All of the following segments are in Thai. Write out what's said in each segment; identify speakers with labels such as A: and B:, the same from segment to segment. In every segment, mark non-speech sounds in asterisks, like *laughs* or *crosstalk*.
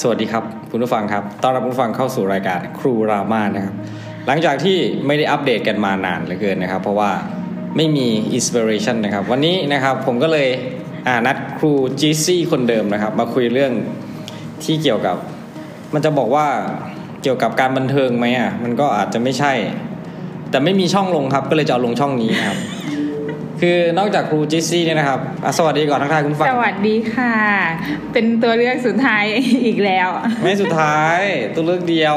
A: สวัสดีครับ คุณผู้ฟังครับต้อนรับคุณผู้ฟังเข้าสู่รายการครูรามานะครับ หลังจากที่ไม่ได้อัปเดตกันมานานเหลือเกินนะครับ เพราะว่าไม่มีอินสปิเรชันนะครับ วันนี้นะครับผมก็เลยอ่านัดครูจีซี่คนเดิมนะครับ มาคุยเรื่องที่เกี่ยวกับ มันจะบอกว่าเกี่ยวกับการบันเทิงไหมอ่ะมันก็อาจจะไม่ใช่ แต่ไม่มีช่องลงครับ ก็เลยจะเอาลงช่องนี้นะครับ คือนอกจากครูจีซี่เนี่ยนะครับอ่ะสวัสดีก่อนทักทายคุณผู้ฟัง
B: สวัสดีค่ะ เป็นตัวเลือกสุดท้าย *laughs* อีกแล้ว
A: ไม่สุดท้ายตัวเลือกเดียว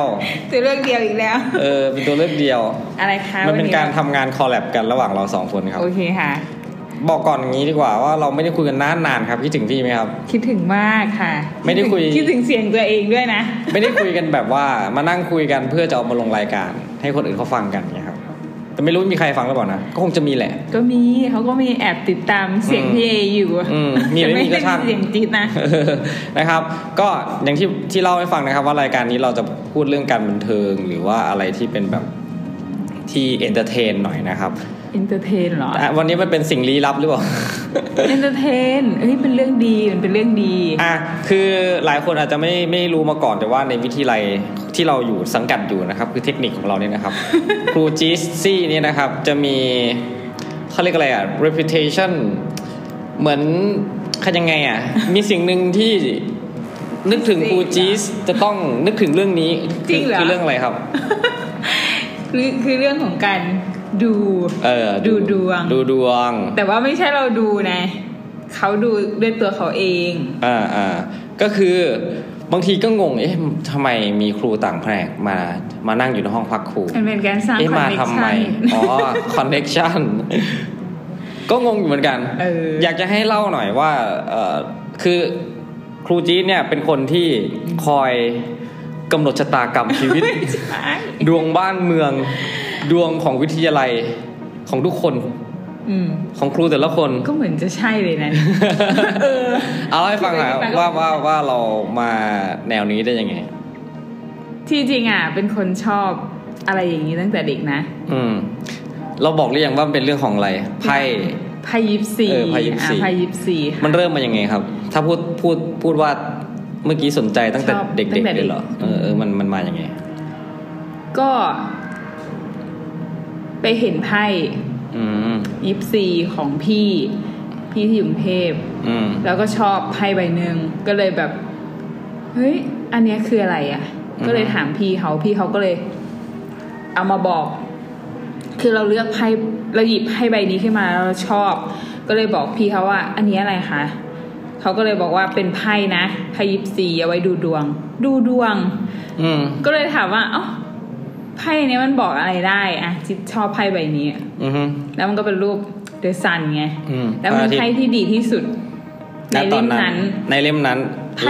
B: ตัวเลือกเดียวอีกแล้ว
A: เออเป็นตัวเลือกเดียว
B: อะไรคะ
A: มันเป็น
B: วั
A: การทำงานคอลแลบกันระหว่างเราสองคนครับ
B: โอเคค่ะ
A: บอกก่อนอย่างนี้ดีกว่าว่าเราไม่ได้คุยกันนานนานๆครับคิดถึงพี่ไหมครับ
B: คิดถึงมากค่ะ
A: ไม่ได้คุย
B: คิดถึงเสียงตัวเองด้วยนะ
A: ไม่ได้คุยกันแบบว่ามานั่งคุยกันเพื่อจะเอามาลงรายการ ให้คนอื่นเขาฟังกันเนี่ยครับ แต่ไม่รู้มีใครฟังหรือเปล่านะก็คงจะมีแหละ *laughs*
B: ก็มีเขาก็มีแอบติดตามเสียง
A: อืม
B: พี่เออยู่
A: อืมมีหรือไม่มีก็ช่าง
B: แต่ไม่ได้เสียงจิตนะ
A: เออนะครับ ก็อย่างที่ที่เล่าให้ฟังนะครับว่ารายการนี้เราจะพูดเรื่องการบันเทิงหรือว่าอะไรที่เป็นแบบที่เอนเตอร์เทนหน่อยนะครับ
B: อินเตอร์เทนเหรอ
A: อ่ะวันนี้มันเป็นสิ่งลี้ลับหรือเปล่า
B: อินเตอร์เทนเฮ้ยเป็นเรื่องดีมันเป็นเรื่องดี
A: อ่ะคือหลายคนอาจจะไม่ไม่รู้มาก่อนแต่ว่าในวิทยาลัยที่เราอยู่สังกัดอยู่นะครับ คือเทคนิคของเราเนี่ยนะครับ
B: *laughs*
A: ครูจีซี่เนี่ยนะครับจะมีเขาเรียกอะไรอะ reputation เหมือนคันยังไงอะมีสิ่งหนึ่งที่นึกถึงครูจีสจะต้องนึกถึงเรื่องนี้
B: จริงเหรอ
A: คือเรื่องอะไรครับ
B: คือคือเรื่องของการดู
A: เออ
B: ดูดวง
A: ดูดวง
B: แต่ว่าไม่ใช่เราดูนะเขาดูด้วยตัวเขาเอง
A: อ่าอ่าก็คือบางทีก็งงเอ๊ะทำไมมีครูต่างแผนกมามานั่งอยู่ในห้องพักครู
B: มันเป็นการสร้างค
A: เอ๊ะ
B: อน
A: มา
B: เนค
A: ทำไม
B: ชั่น
A: อ๋อ คอนเน็ชัน *laughs* ก็งงอยู่เหมือนกัน
B: เออ
A: อ
B: อ
A: ยากจะให้เล่าหน่อยว่าเออคือครูจีดเนี่ยเป็นคนที่คอยกำหนดชะตากรรมชีวิ
B: *laughs*
A: ต ดวงบ้านเมือง ดวงของวิทยาลัยของทุกคน
B: อืม
A: ของครูแต่ละคน
B: ก็เหมือนจะใช่เลยนะ เออ
A: เอาให้ฟังหน่อย
B: ไปก็
A: ว่าว่าว่าเรามาแนวนี้ได้ยังไง
B: ที่จริงอ่ะ เป็นคนชอบอะไรอย่างนี้ตั้งแต่เด็กนะ
A: อืม เราบอกหรือยังว่ามันเป็นเรื่องของอะไรไพ่
B: ไพายิปซี
A: เออไพ่ยิปซี
B: อ่ะไพายิปซีค่ะ
A: มันเริ่มมายังไงครับ ถ้าพูดพูดพูดว่าเมื่อกี้สนใจตั้งแต่
B: ชอบ
A: เด็ก
B: ตั้
A: ๆ
B: งแต่
A: เลยเหรอ
B: เด็ก
A: เออเออมันมันมายังไง
B: ก็ ไปเห็นไพ่
A: อืม
B: ยิปซีของพี่ พี่ที่อยู่กรุงเทพ
A: อืม
B: แล้วก็ชอบไพ่ใบหนึ่งก็เลยแบบ เฮ้ย อันเนี้ยคืออะไรอะ่ะ
A: อือฮึ
B: ก็เลยถามพี่เขาพี่เขาก็เลย เอามาบอก คือเราเลือกไพ่เราหยิบไพ่ใบนี้ขึ้นมาแล้วเราชอบ ก็เลยบอกพี่เขาว่า อันนี้อะไรคะเขาก็เลยบอกว่าเป็นไพ่นะไพ่ยิปซีเอาไว้ดูดวง ดูดวง
A: อืม
B: ก็เลยถามว่าเอ้าไพ่เนี้ยมันบอกอะไรได้อะจิตชอบไพ่ใบนี้
A: อืม
B: แล้วมันก็เป็นรูปเดอะซันไง
A: อืม
B: แล้วเป็นไพ่ที่ดีที่สุดใน
A: ณตอ
B: เล่
A: น
B: ม
A: นั้น
B: นั้น
A: ในเล่มนั้น
B: ไพ่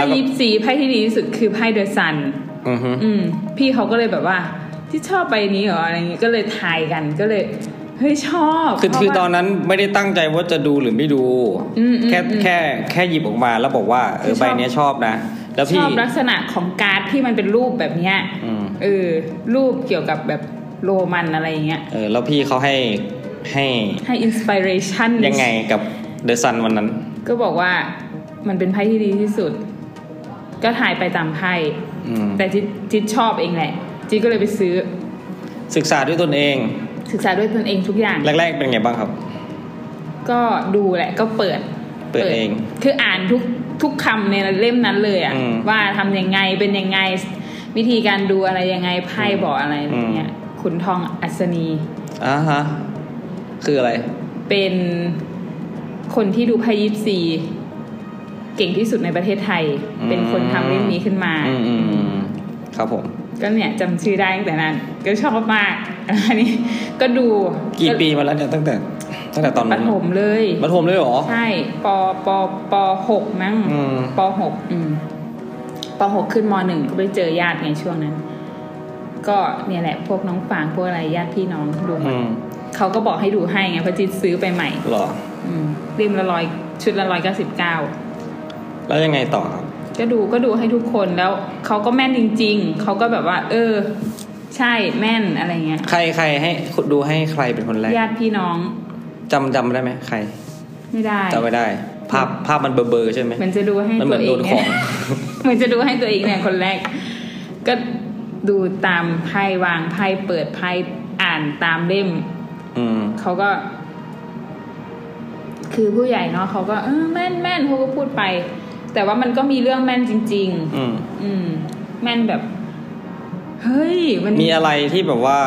A: วก็
B: ยิปซีไพ่ที่ดีที่สุดคือไพ่เดอะซัน
A: อือฮึ
B: อืม พี่เขาก็เลยแบบว่า ที่ชอบใบนี้เหรออะไรอย่างงี้ก็เลยทายกันก็เลย เฮ้ยชอบ
A: คือ
B: เพราะ
A: คือ
B: ว่า
A: ตอนนั้นไม่ได้ตั้งใจว่าจะดูหรือไม่ดู
B: อืมอืม
A: แค่
B: อืม
A: แค่แค่หยิบออกมาแล้วบอกว่าเออ
B: คือชอบ
A: ใบเนี้ยชอบนะ แล้ว
B: ช
A: พี่
B: อบลักษณะของการ์ดที่มันเป็นรูปแบบเนี้ย
A: อืม
B: เออ รูปเกี่ยวกับแบบโรมันอะไรอย่างเงี้ย
A: เออแล้วพี่เขาให้ให้
B: ให้อินสปิเรชัน
A: ยังไงกับเดอะซันวันนั้น
B: ก็บอกว่ามันเป็นไพ่ที่ดีที่สุด ก็ทายไปตามไพ่
A: อืม
B: แต่จิตจิตชอบเองแหละ จิตก็เลยไปซื้อ
A: ศึกษาด้วยตนเอง
B: ศึกษาด้วยตนเองทุกอย่าง
A: แรก ๆ เป็นไงบ้างครับ
B: ก็ดูแหละก็เปิด
A: เปิดเอง
B: คืออ่านทุกทุกคำในเล่มนั้นเลยอะ
A: อืม
B: ว่าทำยังไงเป็นยังไง วิธีการดูอะไรยังไงไพ่บอกอะไรอะไรเงี้ยขุนทองอัศนี
A: อ่าฮะ คืออะไร
B: เป็นคนที่ดูไพ่ยิปซีเก่งที่สุดในประเทศไทย เป็นคนทำเล่มนี้ขึ้นมา
A: อืมอืมอืมครับผม
B: ก็เนี่ยจำชื่อได้ตั้งแต่นั้น ก็ชอบมากอันนี้ก็ดู
A: กี่ปีมาแล้วเนี่ยตั้งแต่ ตั้งแต่ตอน
B: ป
A: นั้น
B: ฐมเลย
A: ปฐมเลยเหรอ
B: ใช่ปปปหกมั้ง
A: อืม
B: ปหกอืมปหกขึ้นมหนึ่งก็ไปเจอญาติไงช่วงนั้น ก็เนี่ยแหละ พวกน้องฝางพวกอะไรญาติพี่น้องดูหม
A: อื
B: ด
A: ม
B: เขาก็บอกให้ดูให้ไงเพราะจิตซื้อไปใหม่
A: เหรอ
B: อืมเล่มละร้อยชุดละร้อยเก้าสิบเก้า
A: แล้วยังไงต่อครับ
B: ก็ดูก็ดูให้ทุกคนแล้วเขาก็แม่นจริง ๆเขาก็แบบว่า เออ ใช่แม่นอะไรเงี้ย
A: ใครใครให้ดูให้ใครเป็นคนแรก
B: ญาติพี่น้อง
A: จำจำได้ไหมใคร
B: ไม่ได้
A: จำไม่ได้ ภาพภาพมันเบลอๆใช่ไหม
B: มันจะดูให้
A: มันเหมื
B: ตั
A: อ
B: วน เอ
A: โด
B: ง
A: นข
B: เนี่
A: อง
B: ย เหมือนจะดูให้ตัวเองเนี่ยคนแรก ก็ดูตามไพ่วางไพ่เปิดไพ่อ่านตามเล่ม
A: อืม
B: เขาก็ คือผู้ใหญ่เนาะเขาก็เออแม่นแม่นเขาก็พูดไป แต่ว่ามันก็มีเรื่องแม่นจริง
A: อืม
B: ๆ อืม แม่นแบบ เฮ้ย มัน
A: มีอะไรที่แบบว่า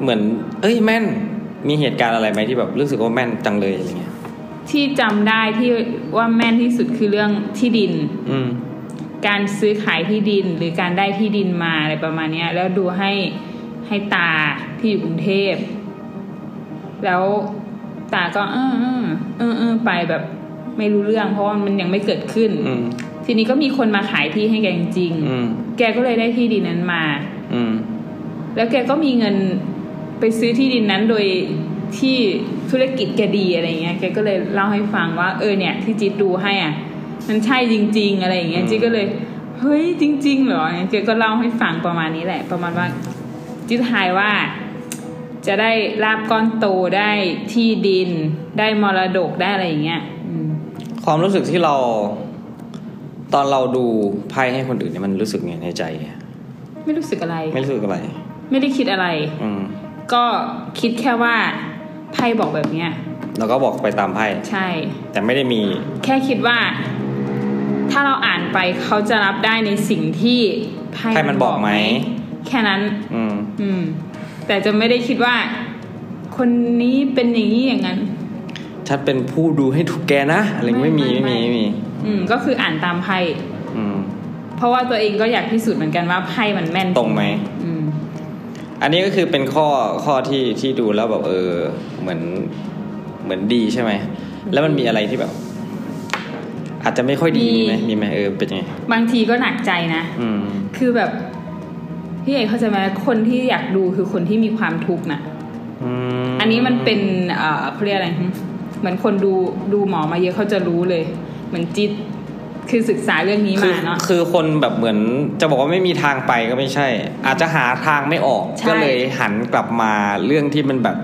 A: เหมือน เอ้ยแม่น มีเหตุการณ์อะไรไหมที่แบบรู้สึกว่าแม่นจังเลยอะไรเงี้ย
B: ที่จำได้ที่ว่าแม่นที่สุดคือเรื่องที่ดิน
A: อืม
B: การซื้อขายที่ดินหรือการได้ที่ดินมาอะไรประมาณเนี้ย แล้วดูให้ให้ตาที่อยู่กรุงเทพ แล้วตาก็เออเออเออเออไปแบบไม่รู้เรื่อง เพราะว่ามันยังไม่เกิดขึ้น
A: อืม
B: ทีนี้ก็มีคนมาขายที่ให้แกจริงๆ
A: อืม
B: แกก็เลยได้ที่ดินนั้นมา
A: อืม
B: แล้วแกก็มีเงินไปซื้อที่ดินนั้นโดยที่ธุรกิจแกดีอะไรเงี้ย แกก็เลยเล่าให้ฟังว่า เออเนี่ยที่จีดดูให้อ่ะ มันใช่จริง ๆ อะไรอย่างเงี้ย
A: อืม
B: จีดก็เลย เฮ้ยจริง ๆ เหรอเนี่ยแกก็เล่าให้ฟังประมาณนี้แหละ ประมาณว่าจีดทายว่า จะได้ลาบก้อนโตได้ที่ดิน ได้มรดกได้อะไรอย่างเงี้ยอืม
A: ความรู้สึกที่เรา ตอนเราดูไพ่ให้คนอื่นเนี่ยมันรู้สึกไงในใจ
B: ไม่รู้สึกอะไร
A: ไม่รู้สึกอะไร
B: ไม่ได้คิดอะไร
A: อืม
B: ก็คิดแค่ว่าไพ่บอกแบบเนี้ย
A: เราก็บอกไปตามไพ่
B: ใช่
A: แต่ไม่ได้มี
B: แค่คิดว่า ถ้าเราอ่านไปเขาจะรับได้ในสิ่งที่ไพ่
A: ไพ่มันบอกไหม
B: แค่นั้น
A: อืม
B: อืม แต่จะไม่ได้คิดว่า คนนี้เป็นอย่างนี้อย่างนั้น
A: ฉันเป็นผู้ดูให้ถูกแกนะ อะไรอย่างงี้ไม่มีไม่มีไม่มี
B: อืม ก็คืออ่านตามไพ่
A: อืม
B: เพราะว่าตัวเองก็อยากพิสูจน์เหมือนกันว่าไพ่มันแม่น
A: ตรงไหม
B: อืม
A: อันนี้ก็คือเป็นข้อข้อที่ที่ดูแล้วแบบเออ เหมือนเหมือนดีใช่ไหม แล้วมันมีอะไรที่แบบ อาจจะไม่ค่อยดี
B: มี
A: มีไหมมีไหมเออเป็นยังไง
B: บางทีก็หนักใจนะ
A: อืม
B: คือแบบพี่เอกเข้าใจไหมคนที่อยากดูคือคนที่มีความทุกข์นะ อันนี้มันเป็นเอ่อเขาเรียกอะไรหึเหมือนคนดูดูหมอมาเยอะเขาจะรู้เลย เหมือนจิต คือศึกษาเรื่องนี้
A: คื
B: มา
A: อ
B: เนาะ
A: คือคนแบบเหมือนจะบอกว่าไม่มีทางไปก็ไม่ใช่ อาจจะหาทางไม่ออก
B: ใช่
A: ก็เลยหันกลับมาเรื่องที่มันแบบ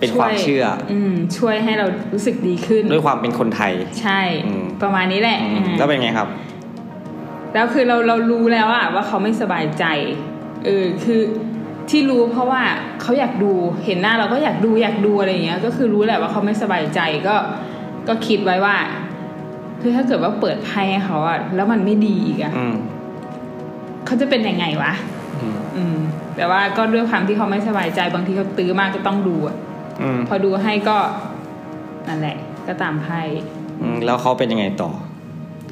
A: เป็นความเชื่อ
B: อืม ช่วยให้เรารู้สึกดีขึ้น
A: ด้วยความเป็นคนไทย
B: ใช่
A: อืม
B: ประมาณนี้แหละ
A: อืม
B: อืม
A: แล้วเป็นไงครับ
B: แล้วคือเราเรารู้แล้วอะว่าเขาไม่สบายใจเออคือที่รู้เพราะว่าเขาอยากดูเห็นหน้าเราก็อยากดูอยากดูอะไรอย่างเงี้ย ก็คือรู้แหละว่าเขาไม่สบายใจก็ก็คิดไว้ว่าคือถ้าเกิดว่าเปิดไพ่ให้เขาอะแล้วมันไม่ดีอีกอะ
A: อืม
B: เขาจะเป็นยังไงวะ
A: อืม
B: อืมแต่ว่าก็ด้วยความที่เขาไม่สบายใจบางทีเขาตื้อมากก็ต้องดูอะ
A: อืม
B: พอดูให้ก็นั่นแหละ ก็ตามไพ่
A: อืมแล้วเขาเป็นยังไงต่อ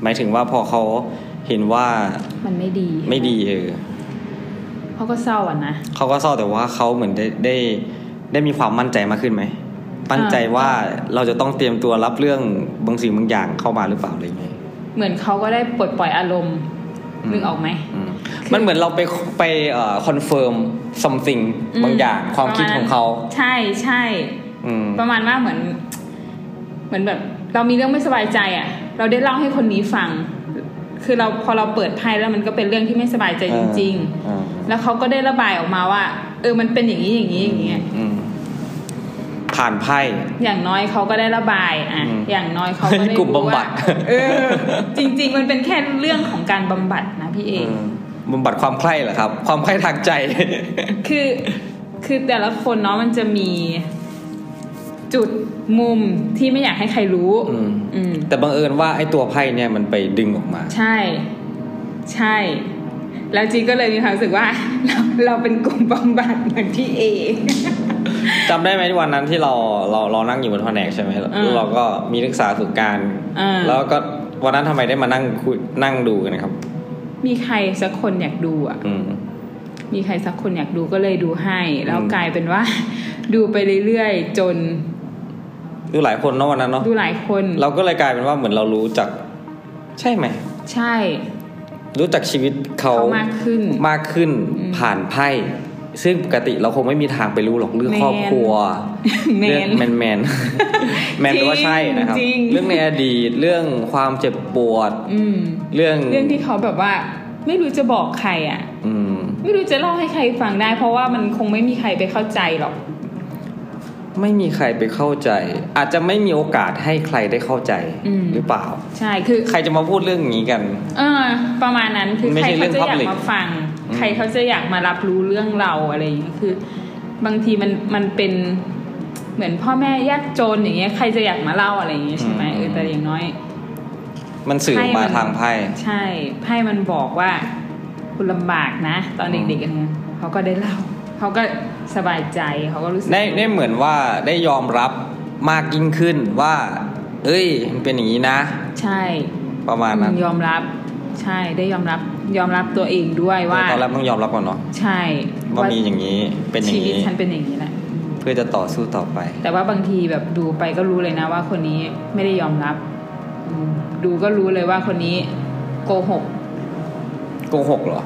A: หมายถึงว่าพอเขาเห็นว่า
B: มันไม่ดี
A: ไม่ดีเออ
B: เขาก็เศร้าอ่ะนะ
A: เขาก็เศร้าแต่ว่าเขาเหมือนได้ได้ได้มีความมั่นใจมากขึ้นไหมมั่นใจว่าเราจะต้องเตรียมตัวรับเรื่องบางสิ่งบางอย่างเข้ามาหรือเปล่าอะไรอย่างเงี้ย
B: เหมือนเขาก็ได้ปลดปล่อยอารมณ์
A: อืม
B: นึกออกไหม
A: อืมมันเหมือนเราไปไปคอนเฟิร์ม something
B: อืม
A: บางอย่างความคิด
B: ประมาณ
A: ของเขา
B: ใช่ใช่
A: อืม
B: ประมาณว่าเหมือน เหมือนแบบ เรามีเรื่องไม่สบายใจอ่ะ เราได้เล่าให้คนนี้ฟัง คือเราพอเราเปิดไพ่แล้วมันก็เป็นเรื่องที่ไม่สบายใจจริง
A: เออ
B: ๆ แล้วเขาก็ได้ระบายออกมาว่า เออมันเป็นอย่างนี้อย่างนี้อย่างเงี้ย
A: อืมผ่านไพ่
B: อย่างน้อยเขาก็ได้ระบายอ่ะ
A: อืม
B: อย่างน้อยเขาก็ได้
A: กลุ่มบำบัด
B: รู้ว่าเออ จริง ๆ มันเป็นแค่เรื่องของการบำบัดนะพี่เอก
A: อืมบำบัดความใคร่เหรอครับ *laughs* ความใคร่ทางใจ
B: คือ คือแต่ละคนเนาะมันจะมีจุดมุมที่ไม่อยากให้ใครรู้
A: อืม
B: อืม
A: แต่บังเอิญว่าไอ้ตัวไพ่เนี่ยมันไปดึงออกมา
B: ใช่ ใช่ แล้วจีก็เลยมีความรู้สึกว่า *laughs* เราเราเป็นกลุ่มบำบัดเหมือนพี่เอก
A: จำได้ไหมวันนั้นที่เราเราเรานั่งอยู่บนแผนกใช่ไหม
B: อืม
A: เราก็มีนักศึกษาฝึกการ
B: อืม
A: แล้วก็วันนั้นทำไมได้มานั่งคุยนั่งดูกันนะครับ
B: มีใครสักคนอยากดูอ่ะ
A: อืม
B: มีใครสักคนอยากดูก็เลยดูให้ แล้ว
A: อืม
B: กลายเป็นว่า *laughs* ดูไปเรื่อยๆจน
A: ดูหลายคนเนาะวันนั้นเนาะ
B: ดูหลายคน
A: เราก็เลยกลายเป็นว่าเหมือนเรารู้จัก ใช่ไหม
B: ใช่
A: รู้จักชีวิตเขา
B: เขามาก
A: *laughs*
B: ขึ้น
A: มากขึ้น
B: อืม
A: ผ่านไพ่ซึ่งปกติเราคงไม่มีทางไปรู้หรอกเรื่อง
B: แมน
A: ครอบครัว
B: แมน
A: เรื่องแมนแมน
B: *laughs*
A: แมนแปลว่าใช่นะครับ
B: จริงๆ
A: เรื่องในอดีตเรื่องความเจ็บปวด
B: อืม
A: เรื่อง
B: เรื่องที่เขาแบบว่า ไม่รู้จะบอกใครอ่ะ
A: อืม
B: ไม่รู้จะเล่าให้ใครฟังได้ เพราะว่ามันคงไม่มีใครไปเข้าใจหรอก
A: ไม่มีใครไปเข้าใจ อาจจะไม่มีโอกาสให้ใครได้เข้าใจ
B: อืม
A: หรือเปล่า
B: ใช่คือ
A: ใครจะมาพูดเรื่องนี้กัน
B: เออประมาณนั้นคือ
A: ไม่
B: ใคร
A: ใช่เรื่อง
B: เขาจะอ
A: public
B: ยากมาฟัง
A: อืม
B: ใครเขาจะอยากมารับรู้เรื่องเราอะไรอย่างเงี้ยคือบางทีมันมันเป็นเหมือนพ่อแม่ยากจนอย่างเงี้ยใครจะอยากมาเล่าอะไรอย่างเงี้ยใช่ไหมเออแต่อย่างน้อย
A: มันสื่อออกมา
B: ให้มัน
A: ทางไพ่
B: ใช่ไพ่มันบอกว่าคุณลำบากนะ ตอนเด็กๆอะไรเงี้ยเขาก็ได้เล่าเขาก็สบายใจเขาก็รู้สึก
A: ได้ได้เหมือนว่าได้ยอมรับมากยิ่งขึ้นว่า เอ้ย มันเป็นอย่างนี้นะ
B: ใช่
A: ประมาณนั้น
B: ยอมรับ ใช่ได้ยอมรับยอมรับตัวเองด้วยว่า
A: ตอนแรกต้องยอมรับก่อนเนาะ
B: ใช่
A: ว่ามีอย่างนี้เป็นอย่า
B: ชี
A: ง
B: วิต
A: นี้
B: ฉันเป็นอย่างนี้แหละ
A: เพื่อจะต่อสู้ต่อไป
B: แต่ว่าบางทีแบบดูไปก็รู้เลยนะว่าคนนี้ไม่ได้ยอมรับอืมดูก็รู้เลยว่าคนนี้โกหก
A: โกหกเหรอ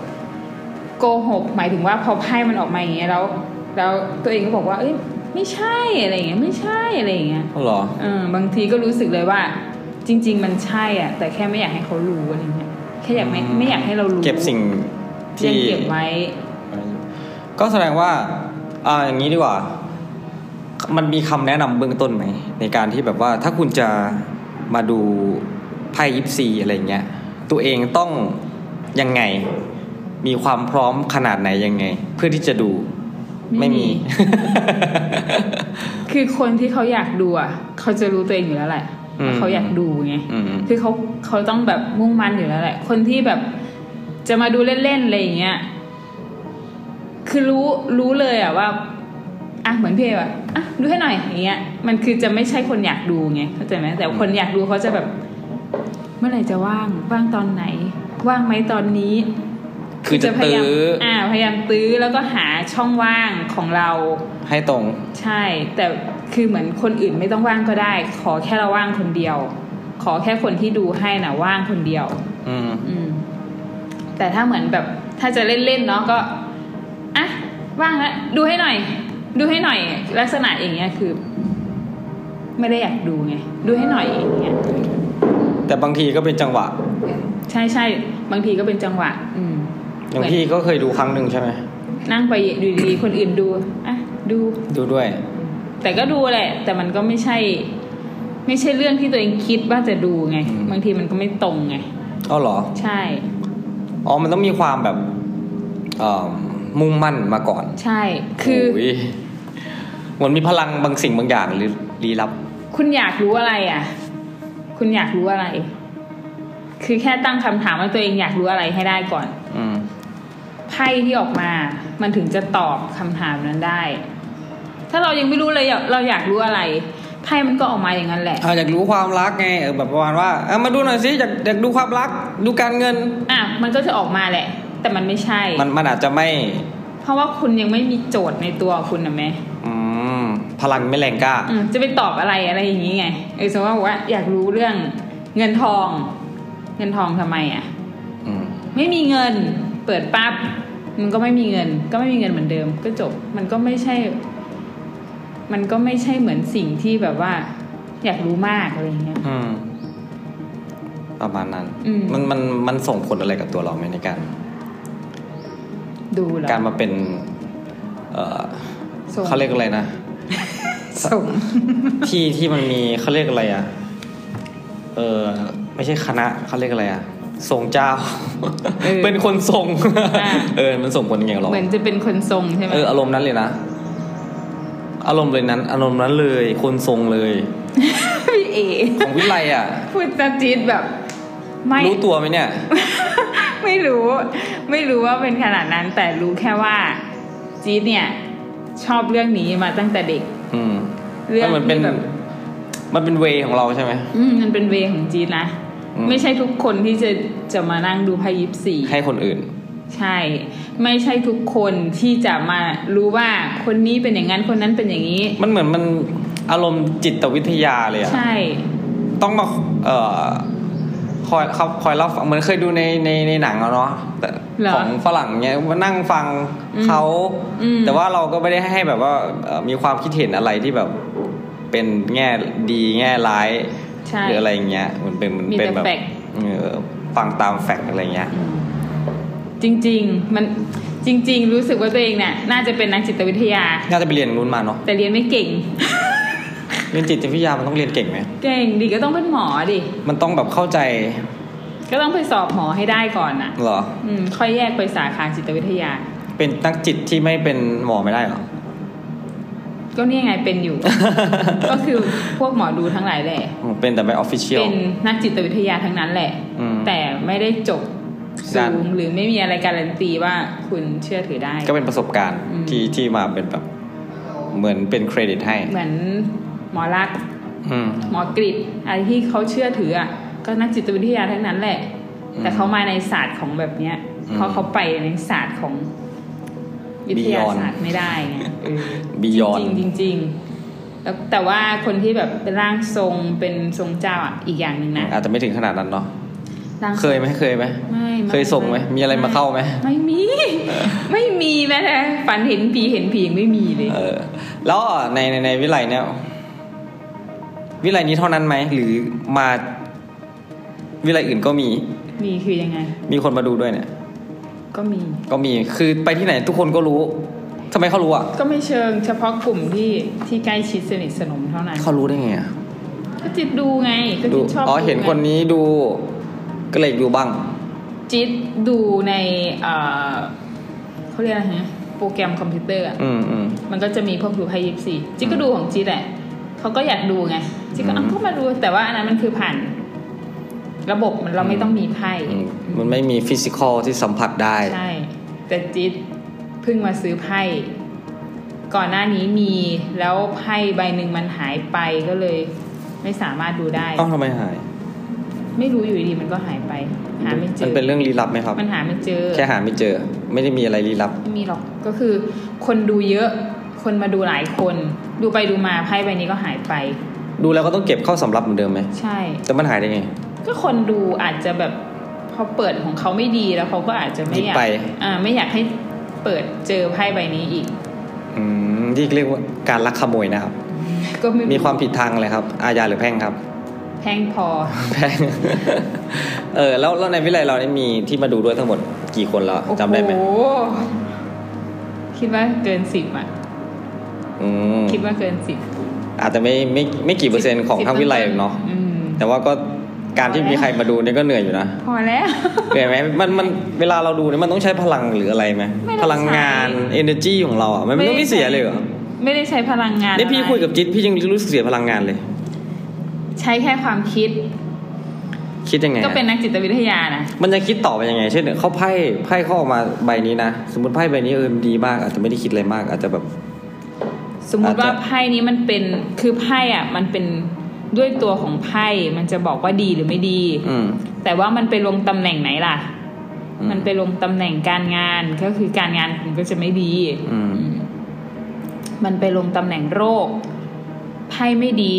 B: โกหกหมายถึงว่าพอไพ่มันออกมาอย่างเงี้ยแล้ว แล้วตัวเองก็บอกว่า เอ้ยไม่ใช่อะไรอย่างเงี้ยไม่ใช่อะไรอย่างเงี้ย
A: เหรอ
B: เออบางทีก็รู้สึกเลยว่า จริง ๆ มันใช่อ่ะ แต่แค่ไม่อยากให้เขารู้อะไรเงี้ยแค่อยากไม่
A: อืม
B: ไม่อยากให้เรารู้
A: เก็บสิ่ง
B: ยั
A: ที่
B: งเก็บไว้
A: ก็แสดงว่าอ่าอย่างนี้ดีกว่า มันมีคำแนะนำเบื้องต้นไหม ในการที่แบบว่าถ้าคุณจะมาดูไพ่ยิปซีอะไรเงี้ย ตัวเองต้องยังไง มีความพร้อมขนาดไหนยังไง เพื่อที่จะดู
B: ไม่มี
A: ไ
B: คือคนที่เขาอยากดูอ่ะเขาจะรู้ตัวเองอยู่แล้วแหละว่าเขาอยากดูไง
A: อืม
B: คือเขาเขาต้องแบบมุ่งมั่นอยู่แล้วแหละ คนที่แบบจะมาดูเล่นๆอะไรอย่างเงี้ย คือรู้รู้เลยอะว่าอ่ะเหมือนพี่เอว่ะอ่ะดูให้หน่อยอย่างเงี้ย มันคือจะไม่ใช่คนอยากดูไงเข้าใจไหมแต่
A: อืม
B: คนอยากดูเขาจะแบบ เมื่อไหร่จะว่างว่างตอนไหน ว่างไหมตอนนี้
A: คือจะ
B: พยา
A: ตื้
B: ยาม
A: อ
B: อ่าพยายามตื้อแล้วก็หาช่องว่างของเรา
A: ให้ตรง
B: ใช่ แต่คือเหมือนคนอื่นไม่ต้องว่างก็ได้ ขอแค่เราว่างคนเดียว ขอแค่คนที่ดูให้นะว่างคนเดียว
A: อืม
B: อืม แต่ถ้าเหมือนแบบ ถ้าจะเล่นๆเนาะก็อ่ะว่างแล้วดูให้หน่อย ดูให้หน่อย ลักษณะอย่างเงี้ยคือ ไม่ได้อยากดูไงดูให้หน่อยอย่างเงี้ย
A: แต่บางทีก็เป็นจังหวะ
B: ใช่ใช่บางทีก็เป็นจังหวะ อืม
A: อย่างพี่ก็เคยดูครั้งหนึ่งใช่ไหม
B: นั่งไปดูดีๆคนอื่นดูอ่ะดู
A: ดูด้วย
B: แต่ก็ดูแหละ แต่มันก็ไม่ใช่ ไม่ใช่เรื่องที่ตัวเองคิดว่าจะดูไง
A: อืม
B: บางทีมันก็ไม่ตรงไง
A: อ้อเหรอ
B: ใช่
A: อ๋อ มันต้องมีความแบบเอิ่มมุ่งมั่นมาก่อน
B: ใช่ คือ
A: โยมันมีพลังบางสิ่งบางอย่างหรือลี้ลับ
B: คุณอยากรู้อะไรอ่ะ คุณอยากรู้อะไร คือแค่ตั้งคำถามว่าตัวเองอยากรู้อะไรให้ได้ก่อน
A: อืม
B: ไพ่ที่ออกมา มันถึงจะตอบคำถามนั้นได้ ถ้าเรายังไม่รู้เลยอะเราอยากรู้อะไรไพ่มันก็ออกมาอย่างนั้นแหละ
A: เอาอยากรู้ความรักไงเออแบบประมาณว่าเอามาดูหน่อยสิอยากอยากดูความรัก ดูการเงิน
B: อ่ะ มันก็จะออกมาแหละ แต่มันไม่ใช่
A: มันมันอาจจะไม่
B: เพราะว่าคุณยังไม่มีโจทย์ในตัวคุณนะแม่
A: อืม พลังไม่แรงกล้า
B: อืมจะไปตอบอะไรอะไรอย่างนี้ไง เออสมมติว่าบอกว่าอยากรู้เรื่องเงินทอง เงินทองทำไมอ่ะ
A: อืม
B: ไม่มีเงิน เปิดปั๊บมันก็ไม่มีเงิน ก็ไม่มีเงินเหมือนเดิม ก็จบ มันก็ไม่ใช่ มันก็ไม่ใช่เหมือนสิ่งที่แบบว่า อยากรู้มากอะไรอย่างเงี้ย
A: อืม ประมาณนั้น
B: อืม
A: มันมันมันส่งผลอะไรกับตัวเราไหมในการ
B: ดูเหรอ
A: การมาเป็น เออ
B: ส่ง
A: เขาเรียกอะไร
B: *laughs*
A: นะ
B: ส่ง
A: ที่ที่มันมีเขาเรียกอะไรอ่ะ เออไม่ใช่คณะเขาเรียกอะไรอ่ะทรงเจ้า *laughs* เป็นคนทรง เออ มันส่งผลยังไงกับเรา
B: เหมือนจะเป็นคนทรงใช่ไหม
A: เอออารมณ์นั้นเลยนะ อารมณ์เลยนั้น อารมณ์นั้นเลย คนทรงเลย
B: พี่ *laughs* เอ
A: ของวิไลอ่ะ
B: พูดจะจีดแบบ ไม่
A: รู้ตัวไหมเนี่ย
B: ไม่รู้ไม่รู้ว่าเป็นขนาดนั้น แต่รู้แค่ว่า จีดเนี่ย ชอบเรื่องนี้มาตั้งแต่เด็ก
A: อืม
B: เรื่อง
A: มันเหมือนเป็น
B: ที่แบบ
A: มันเป็นเวของเราใช่ไหม
B: อืมมันเป็นเวของจีดนะ
A: อืม
B: ไม่ใช่ทุกคนที่จะจะมานั่งดูไพยิปสี
A: ให้คนอื่น
B: ใช่ ไม่ใช่ทุกคนที่จะมารู้ว่าคนนี้เป็นอย่างนั้นคนนั้นเป็นอย่างนี้
A: มันเหมือนมันอารมณ์จิตวิทยาเลยอ่ะ
B: ใช่
A: ต้องมาเอ่อคอยครับคอยรับฟังเหมือนเคยดูในในในหนังอะเนาะแต่
B: เหรอ
A: ของฝรั่งเนี้ยมานั่งฟัง
B: อืม
A: เขา
B: อืม
A: แต่ว่าเราก็ไม่ได้ให้แบบว่าเอ่อมีความคิดเห็นอะไรที่แบบเป็นแง่ดีแง่ร้าย
B: ใช่
A: หรืออะไรอย่างเงี้ยมันเป็นมัน
B: มี
A: เป็น
B: แต่
A: แบบ
B: แฟกต์
A: เออฟังตามแฟกต์อะไรเงี้ย
B: อืมจริง ๆ มันจ จริง ๆ รู้สึกว่าตัวเองเนี่ยน่าจะเป็นนักจิตวิทยา
A: น่าจะไปเรียนนู้นมาเนาะ
B: แต่เรียนไม่เก่ง
A: เรียนจิตวิทยามันต้องเรียนเก่งไหม
B: เก่งดิก็ต้องเป็นหมอดิ
A: มันต้องแบบเข้าใจ
B: ก็ต้องไปสอบหมอให้ได้ก่อนน่ะ
A: เหรอ
B: อืม ค่อยแยกไปสาขาจิตวิทยา
A: เป็นนักจิตที่ไม่เป็นหมอไม่ได้เหรอ
B: ก็เนี่ยไงเป็น
A: *laughs*
B: อยู่ ก็คือพวกหมอดูทั้งหลายแหละ
A: เป็นแต่ไม่ออฟฟิเชียล
B: เป็นนักจิตวิทยาทั้งนั้นแหละ
A: อืม
B: แต่ไม่ได้จบสู
A: ด้าน
B: งหรือไม่มีอะไรการันตีว่าคุณเชื่อถือได้
A: ก็เป็นประสบการณ์
B: อืม
A: ที่ที่มาเป็นแบบเหมือนเป็นเครดิตให้
B: เหมือนหมอรักษณ์
A: อืม
B: หมอกริดอะไรที่เขาเชื่อถืออ่ะก็นักจิตวิทยาทั้งนั้นแหละ
A: อืม
B: แต่เขามาในศาสตร์ของแบบเนี้ย
A: อืม
B: เพราะเขาไปในศาสตร์ของวิทยาศาสตร์ไม่ได้
A: *laughs*
B: ไงเออ
A: Beyond
B: จริงๆจริงๆแล้วแต่ว่าคนที่แบบเป็นร่างทรงเป็นทรงเจ้าอ่ะอีกอย่างหนึ่งนะ
A: อาจจะไม่ถึงขนาดนั้นเนาะ
B: ร่างท
A: เค
B: รง
A: ยไหมเคยไหม
B: ไม่ไม่
A: เคยส่งไหมมีอะไรมาเข้าไหม
B: ไม่มี *laughs* ไม่มีแม้แต่ฝันเห็นผีเห็นผียังไม่มีเลย
A: เออ แล้วในในในวิไลเนี่ยวิไลนี้เท่านั้นไหมหรือมา วิไลอื่นก็มี
B: มีคือยังไง
A: มีคนมาดูด้วยเนี่ย
B: ก็มี
A: ก็มีคือไปที่ไหนทุกคนก็รู้ทำไมเขารู้อ่ะ
B: ก็ไม่เชิงเฉพาะกลุ่มที่ที่ใกล้ชิดสนิทสนมเท่านั้น
A: เขารู้ได้ไงอ่ะ
B: ก็จิตดูไงก็
A: ดู
B: จิตชอบ
A: อ๋อ
B: ดูไง
A: เห็นคนนี้ดู ก็เลยดูบ้าง
B: จิตดูในเอ่อเขาเรียกอะไรฮะโปรแกรมคอมพิวเตอร์อะ
A: อืมอืม
B: มันก็จะมีพวกดูไพ่ยิปซีจิตก็ดูของจิตแหละเขาก็อยากดูไงจิตก็เอา
A: อืม
B: เข้ามาดูแต่ว่าอันนั้นมันคือผ่าน ระบบมันเราไม่ต้องมีไพ่
A: อืมมันไม่มีฟิสิกอลที่สัมผัสได้
B: ใช่ แต่จิ๊ดเพิ่งมาซื้อไพ่ ก่อนหน้านี้มีแล้วไพ่ใบหนึ่งมันหายไปก็เลย ไม่สามารถดูได้
A: เอ้าทำไมหาย
B: ไม่รู้อยู่ดีๆมันก็หายไป หาไม่เจ
A: มัน
B: อ
A: เป็นเรื่องลี้ลับไหมครับ
B: มันหาไม่เจอ
A: แค่หาไม่เจอ ไม่ได้มีอะไรลี้ลับ
B: ไม่มีหรอกก็คือ คนดูเยอะ คนมาดูหลายคน ดูไปดูมาไพ่ใบนี้ก็หายไป
A: ดูแล้วก็ต้องเก็บเข้าสำรับเหมือนเดิมไหม
B: ใช่
A: แต่มันหายได้ไง
B: ก็คนดูอาจจะแบบพอเปิดของเขาไม่ดีแล้วเขาก็อาจจะไม่อยา
A: หยิบ
B: ก
A: ไป
B: อ่าไม่อยากให้เปิดเจอไพ่ใบนี้อีก
A: อืมที่เรียกว่าการลักขโมยนะครับ
B: ก็ไม่รู้
A: มีความผิดทางอะไรครับ อาญาหรือแพ่งครับ *laughs*
B: แพงพอ
A: แพ่ง เออแล้วแล้วในวิไลเราเนี่ยมีที่มาดูด้วยทั้งหมดกี่คนแล้วจำได้ไหม
B: โอ้โคิดว่าเกินสิบอ่ะ
A: อืม
B: คิดว่าเกินสิบ
A: อาจจะไม่ไม่ไม่กี่เปอร์เซ็นต์ของทั้งวิไลหรอกเนาะ
B: อืม
A: แต่ว่าก็การที่
B: พอแล้ว
A: มีใครมาดูเนี่ยก็เหนื่อยอยู่นะ
B: พอแล้ว
A: เหนื่อยไหมมันมันเวลาเราดูเนี่ยมันต้องใช้พลังหรืออะไรไหม
B: ไม่ต้องใช้
A: พลังงาน energy ของเราอ่ะมันไม่ต้อง
B: ด้
A: ไม่เสียเลยเหรอ
B: ไม่ได้ใช้พลังงาน
A: เนี่ยพี่
B: อะไร
A: คุยกับจิ๊ดพี่ยังรู้สึกเสียพลังงานเลย
B: ใช้แค่ความคิด
A: คิดยังไงอะ
B: ก็เป็นนักจิตวิทยานะ
A: มันจะคิดต่อไปยังไง เช่นเขาไพ่ไพ่เขาออกมาใบนี้นะ สมมติไพ่ใบนี้เออมันดีมาก อาจจะไม่ได้คิดอะไรมาก อาจจะแบบ
B: สมมุติว่า
A: อาจจะ
B: ไพ่นี้มันเป็น คือไพ่อ่ะ มันเป็นด้วยตัวของไพ่ มันจะบอกว่าดีหรือไม่ดี
A: อืม
B: แต่ว่ามันไปลงตำแหน่งไหนล่ะ
A: อืม
B: มันไปลงตำแหน่งการงาน ก็คือการงานคุณก็จะไม่ดี
A: อืม
B: มันไปลงตำแหน่งโรค ไพ่ไม่ดี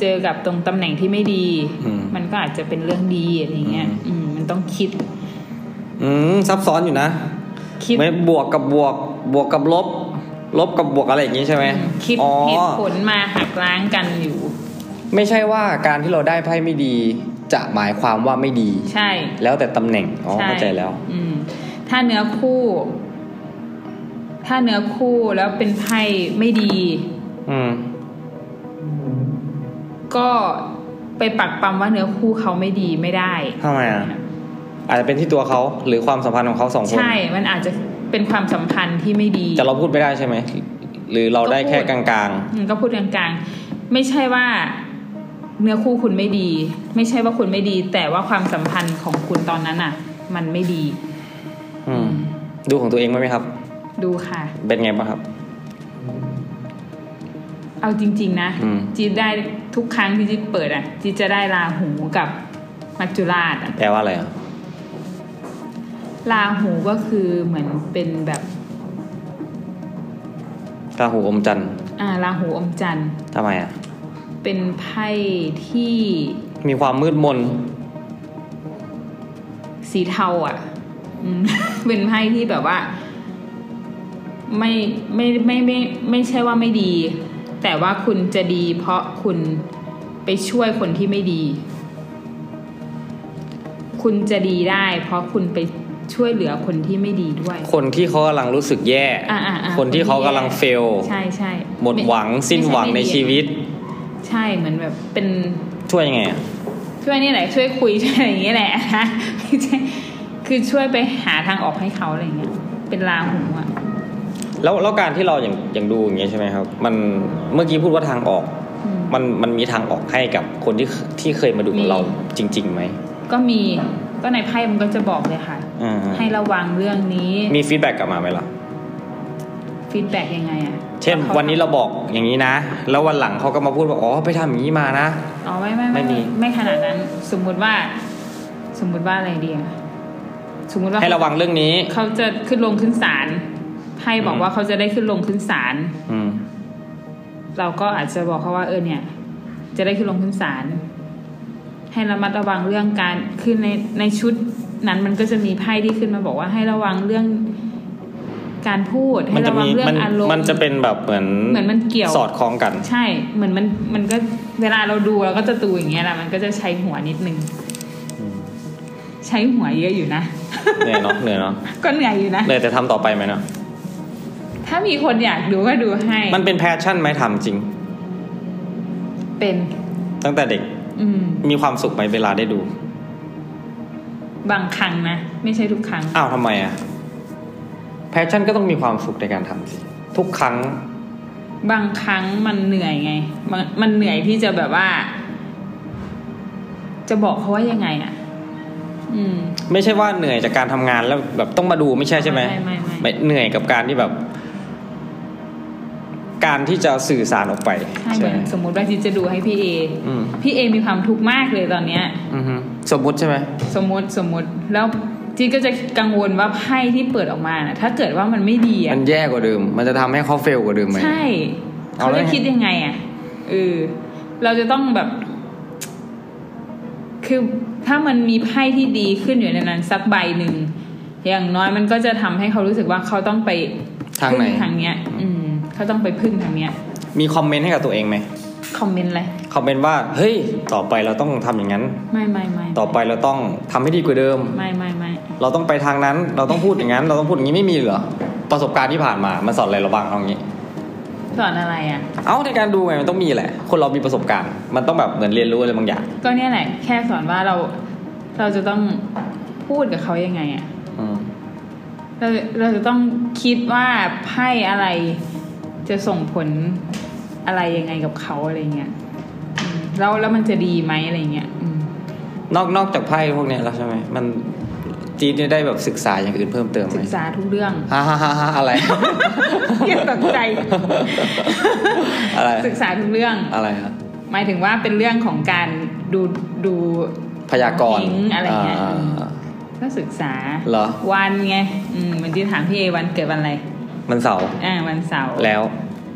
B: เจอกับตรงตำแหน่งที่ไม่ดี
A: อืม
B: มันก็อาจจะเป็นเรื่องดีอะไรเงี้ย
A: อืม
B: อืม มันต้องคิด
A: อืมซับซ้อนอยู่นะ
B: คิด
A: ไม่บวกกับบวกบวกกับลบ ลบกับบวกอะไรอย่างงี้ใช่ไหม
B: คิด
A: อ๋อ
B: เหตุผลมาหักล้างกันอยู่
A: ไม่ใช่ว่าการที่เราได้ไพ่ไม่ดี จะหมายความว่าไม่ดี
B: ใช่
A: แล้วแต่ตำแหน่งอ๋อ
B: ช่
A: เข้าใจแล้ว
B: อืม ถ้าเนื้อคู่ ถ้าเนื้อคู่แล้วเป็นไพ่ไม่ดี
A: อืม
B: ก็ไปปักปั๊มว่าเนื้อคู่เขาไม่ดีไม่ได้
A: ทำไมอ่ะ อาจจะเป็นที่ตัวเขาหรือความสัมพันธ์ของเขาสองคน
B: ใช่ มันอาจจะเป็นความสัมพันธ์ที่ไม่ดี
A: แต่เราพูดไม่ได้ใช่ไหม หรือเราได้แค่กลาง
B: อืมก็พูดกลางๆ ไม่ใช่ว่าเนื้อคู่คุณไม่ดี ไม่ใช่ว่าคุณไม่ดี แต่ว่าความสัมพันธ์ของคุณตอนนั้นอ่ะ มันไม่ดี
A: ๆอืม ดูของตัวเองบ้างไหมครับ
B: ดูค่ะ
A: เป็นไงบ้างครับ
B: เอาจริง ๆ นะ
A: อืม
B: จีดได้ทุกครั้งที่จีดเปิดอ่ะจีดจะได้ราหูกับมัจจุราชอ่ะ
A: แปลว่าอะไรอ่ะ
B: ราหูก็คือเหมือนเป็นแบบ
A: ราหูอมจันทร์
B: อ่าราหูอมจันทร์
A: ทำไมอ่ะ
B: เป็นไพ่ที่
A: มีความมืดมน
B: สีเทาอ่ะอืม *laughs* เป็นไพ่ที่แบบว่า ไม่ไม่ไม่ไมไม่ไม่ใช่ว่าไม่ดี แต่ว่าคุณจะดีเพราะคุณไปช่วยคนที่ไม่ดี คุณจะดีได้ เพราะคุณไป ช่วยเหลือคนที่ไม่ดีด้วย
A: คนที่เขากำลังรู้สึกแย่
B: อ่าอ่าอ่า
A: คนที่เขากำลัง
B: คนที่แย่
A: เฟล
B: ใช่ใช่
A: หมดหวัง
B: ไ
A: สิ้นหวังใน
B: ช่ไม่ดี
A: ชีวิต
B: ใช่เหมือนแบบเป็น
A: ช่วยยังไงอะ
B: ช่วยนี่แหละช่วยคุยช่วยอะไรอย่างเงี้ยแหละ *laughs* ไม่ใช่คือช่วยไปหาทางออกให้เขาอะไรอย่างเงี้ย เป็นลาหูอ่ะ
A: แล้วแล้วการที่เราอย่างอย่างดูอย่างเงี้ยใช่ไหมครับ มันเมื่อกี้พูดว่าทางออก
B: อืม
A: มันมันมีทางออกให้กับคนที่ที่เคยมาดูกับเราจริงๆไหม
B: ก็มีก็ในไพ่มันก็จะบอกเลยค่ะ
A: อ่า
B: ให้ระวังเรื่องนี้
A: มีฟีดแบ็กกลับมาไหมล่ะ
B: ฟีดแบ็กยังไงอ่ะ
A: เช่น
B: ข
A: วันนี้เราบอกอย่างนี้นะ แล้ววันหลังเขาก็มาพูดว่าอ๋อไปทำอย่างนี้มานะ
B: อ๋อไม่ไม่ไม่
A: ไม่มี
B: ไม่ไม่ขนาดนั้น สมมุติว่า สมมุติว่าอะไรดีอะสมมุติว่า
A: ให้ระวังเรื่องนี้
B: เขาจะขึ้นลงขึ้นศาลไพ่บอก
A: อืม
B: ว่าเขาจะได้ขึ้นลงขึ้นศาล
A: อืม
B: เราก็อาจจะบอกเขาว่าเออเนี่ย จะได้ขึ้นลงขึ้นศาลให้ระมัดระวังเรื่องการคือในในชุดนั้นมันก็จะมีไพ่ที่ขึ้นมาบอกว่าให้ระวังเรื่องการพูดให้
A: มันจะ
B: ระวั
A: มี
B: งเรื่อ
A: มัน
B: งอารมณ์
A: มันจะเป็นแบบเหมือน
B: เหมือนมันเกี่ยว
A: สอดคล้องกัน
B: ใช่ เหมือนมันมันก็เวลาเราดูเราก็จะดูอย่างเงี้ยแหละมันก็จะใช้หัวนิดนึง ใช้หัวเยอะอยู่นะ
A: เหนื่อยเนาะเหนื่อยเนาะ
B: ก็เหนื่อยอยู่นะ
A: เหนื่อยแต่ทำต่อไปไหมเนาะ
B: ถ้ามีคนอยากดูก็ดูให้
A: มันเป็นแพชชั่นไหมทำจริง
B: เป็น
A: ตั้งแต่เด็ก
B: อืม
A: มีความสุขไหมเวลาได้ดู
B: บางครั้งนะ ไม่ใช่ทุกครั้ง
A: อ้าวทำไมอะแพชชั่นก็ต้องมีความสุขในการทำสิทุกครั้ง
B: บางครั้งมันเหนื่อยไง มันมันเหนื่อยที่จะแบบว่า จะบอกเขาว่ายังไงอ่ะ อืม
A: ไม่ใช่ว่าเหนื่อยจากการทำงานแล้วแบบต้องมาดูไม่ใช่ใช่ไหม
B: ไม่ไม่ไม่
A: เหนื่อยกับการที่แบบ การที่จะสื่อสารออกไป
B: ใช่เหมือนสมมติว่าที่จะดูให้พี่เอ
A: อืม
B: พี่เอมีความทุกข์มากเลยตอนเนี้ย
A: อือฮึสมมุติใช่ไหม
B: สมมติสมมติแล้วจีก็จะกังวลว่าไพ่ที่เปิดออกมานะถ้าเกิดว่ามันไม่ดีอ่ะ
A: มันแย่กว่าเดิม มันจะทำให้เขาเฟลกว่าเดิมไหม
B: ใช่
A: เอา
B: เขา
A: แล้ว
B: จะ
A: ไง
B: คิดยังไงอ่ะเออเราจะต้องแบบ คือถ้ามันมีไพ่ที่ดีขึ้นอยู่ในนั้นสักใบหนึ่งอย่างน้อยมันก็จะทำให้เขารู้สึกว่าเขาต้องไป
A: ทางไหน
B: พึ่ทางเนี้ย อืมเขาต้องไปพึ่งทางเนี้ย
A: มีคอมเมนต์ให้กับตัวเองไหม
B: คอมเมนต์เลย
A: คอมเมนต์ว่า เฮ้ย ต่อไปเราต้องทำอย่างนั้น
B: ไม่ไม่ไม่
A: ต่อไปเราต้องทำให้ดีกว่าเดิม
B: ไม่ไม่ไม่
A: เราต้องไปทางนั้น เราต้องพูดอย่างนั้น เราต้องพูดอย่างนี้ไม่มีเหรอประสบการณ์ที่ผ่านมา มันสอนอะไรเราบ้างเอางี้
B: สอนอะไรอ่ะ
A: เอ้าในการดูไงมันต้องมีแหละ คนเรามีประสบการณ์ มันต้องแบบเหมือนเรียนรู้อะไรบางอย่าง
B: ก็เนี่ยแหละ แค่สอนว่าเราเราจะต้องพูดกับเขายังไงอ่ะ
A: อืม
B: เราเราจะต้องคิดว่าไพ่อะไรจะส่งผลอะไรยังไงกับเขาอะไรเงี้ยอืมแล้วแล้วมันจะดีไหมอะไรเงี้ยอืม
A: นอกนอกจากไพ่พวกเนี้ยแล้วใช่ไหมมันจีนเนี่ยได้แบบศึกษาอย่างอื่นเพิ่มเติมไห
B: ศึ
A: ม
B: กษาทุกเรื่อง *laughs*
A: ฮ่าฮ่าฮ่าฮ่าอะไร
B: เกี่ยวกับใจ
A: อะไร
B: ศึกษาทุกเรื่อง
A: อะไรครับ
B: หมายถึงว่าเป็นเรื่องของการดูดู
A: พยากรณ์
B: ลิงก์อะไรเงี้ย
A: อ่า
B: อืมก็ศึกษา
A: เหรอ
B: วันไงอืมเหมือนที่ถามพี่เอวันเกิดวันอะไร
A: มันเสาร์
B: อ่าวันเสาร์
A: แล้ว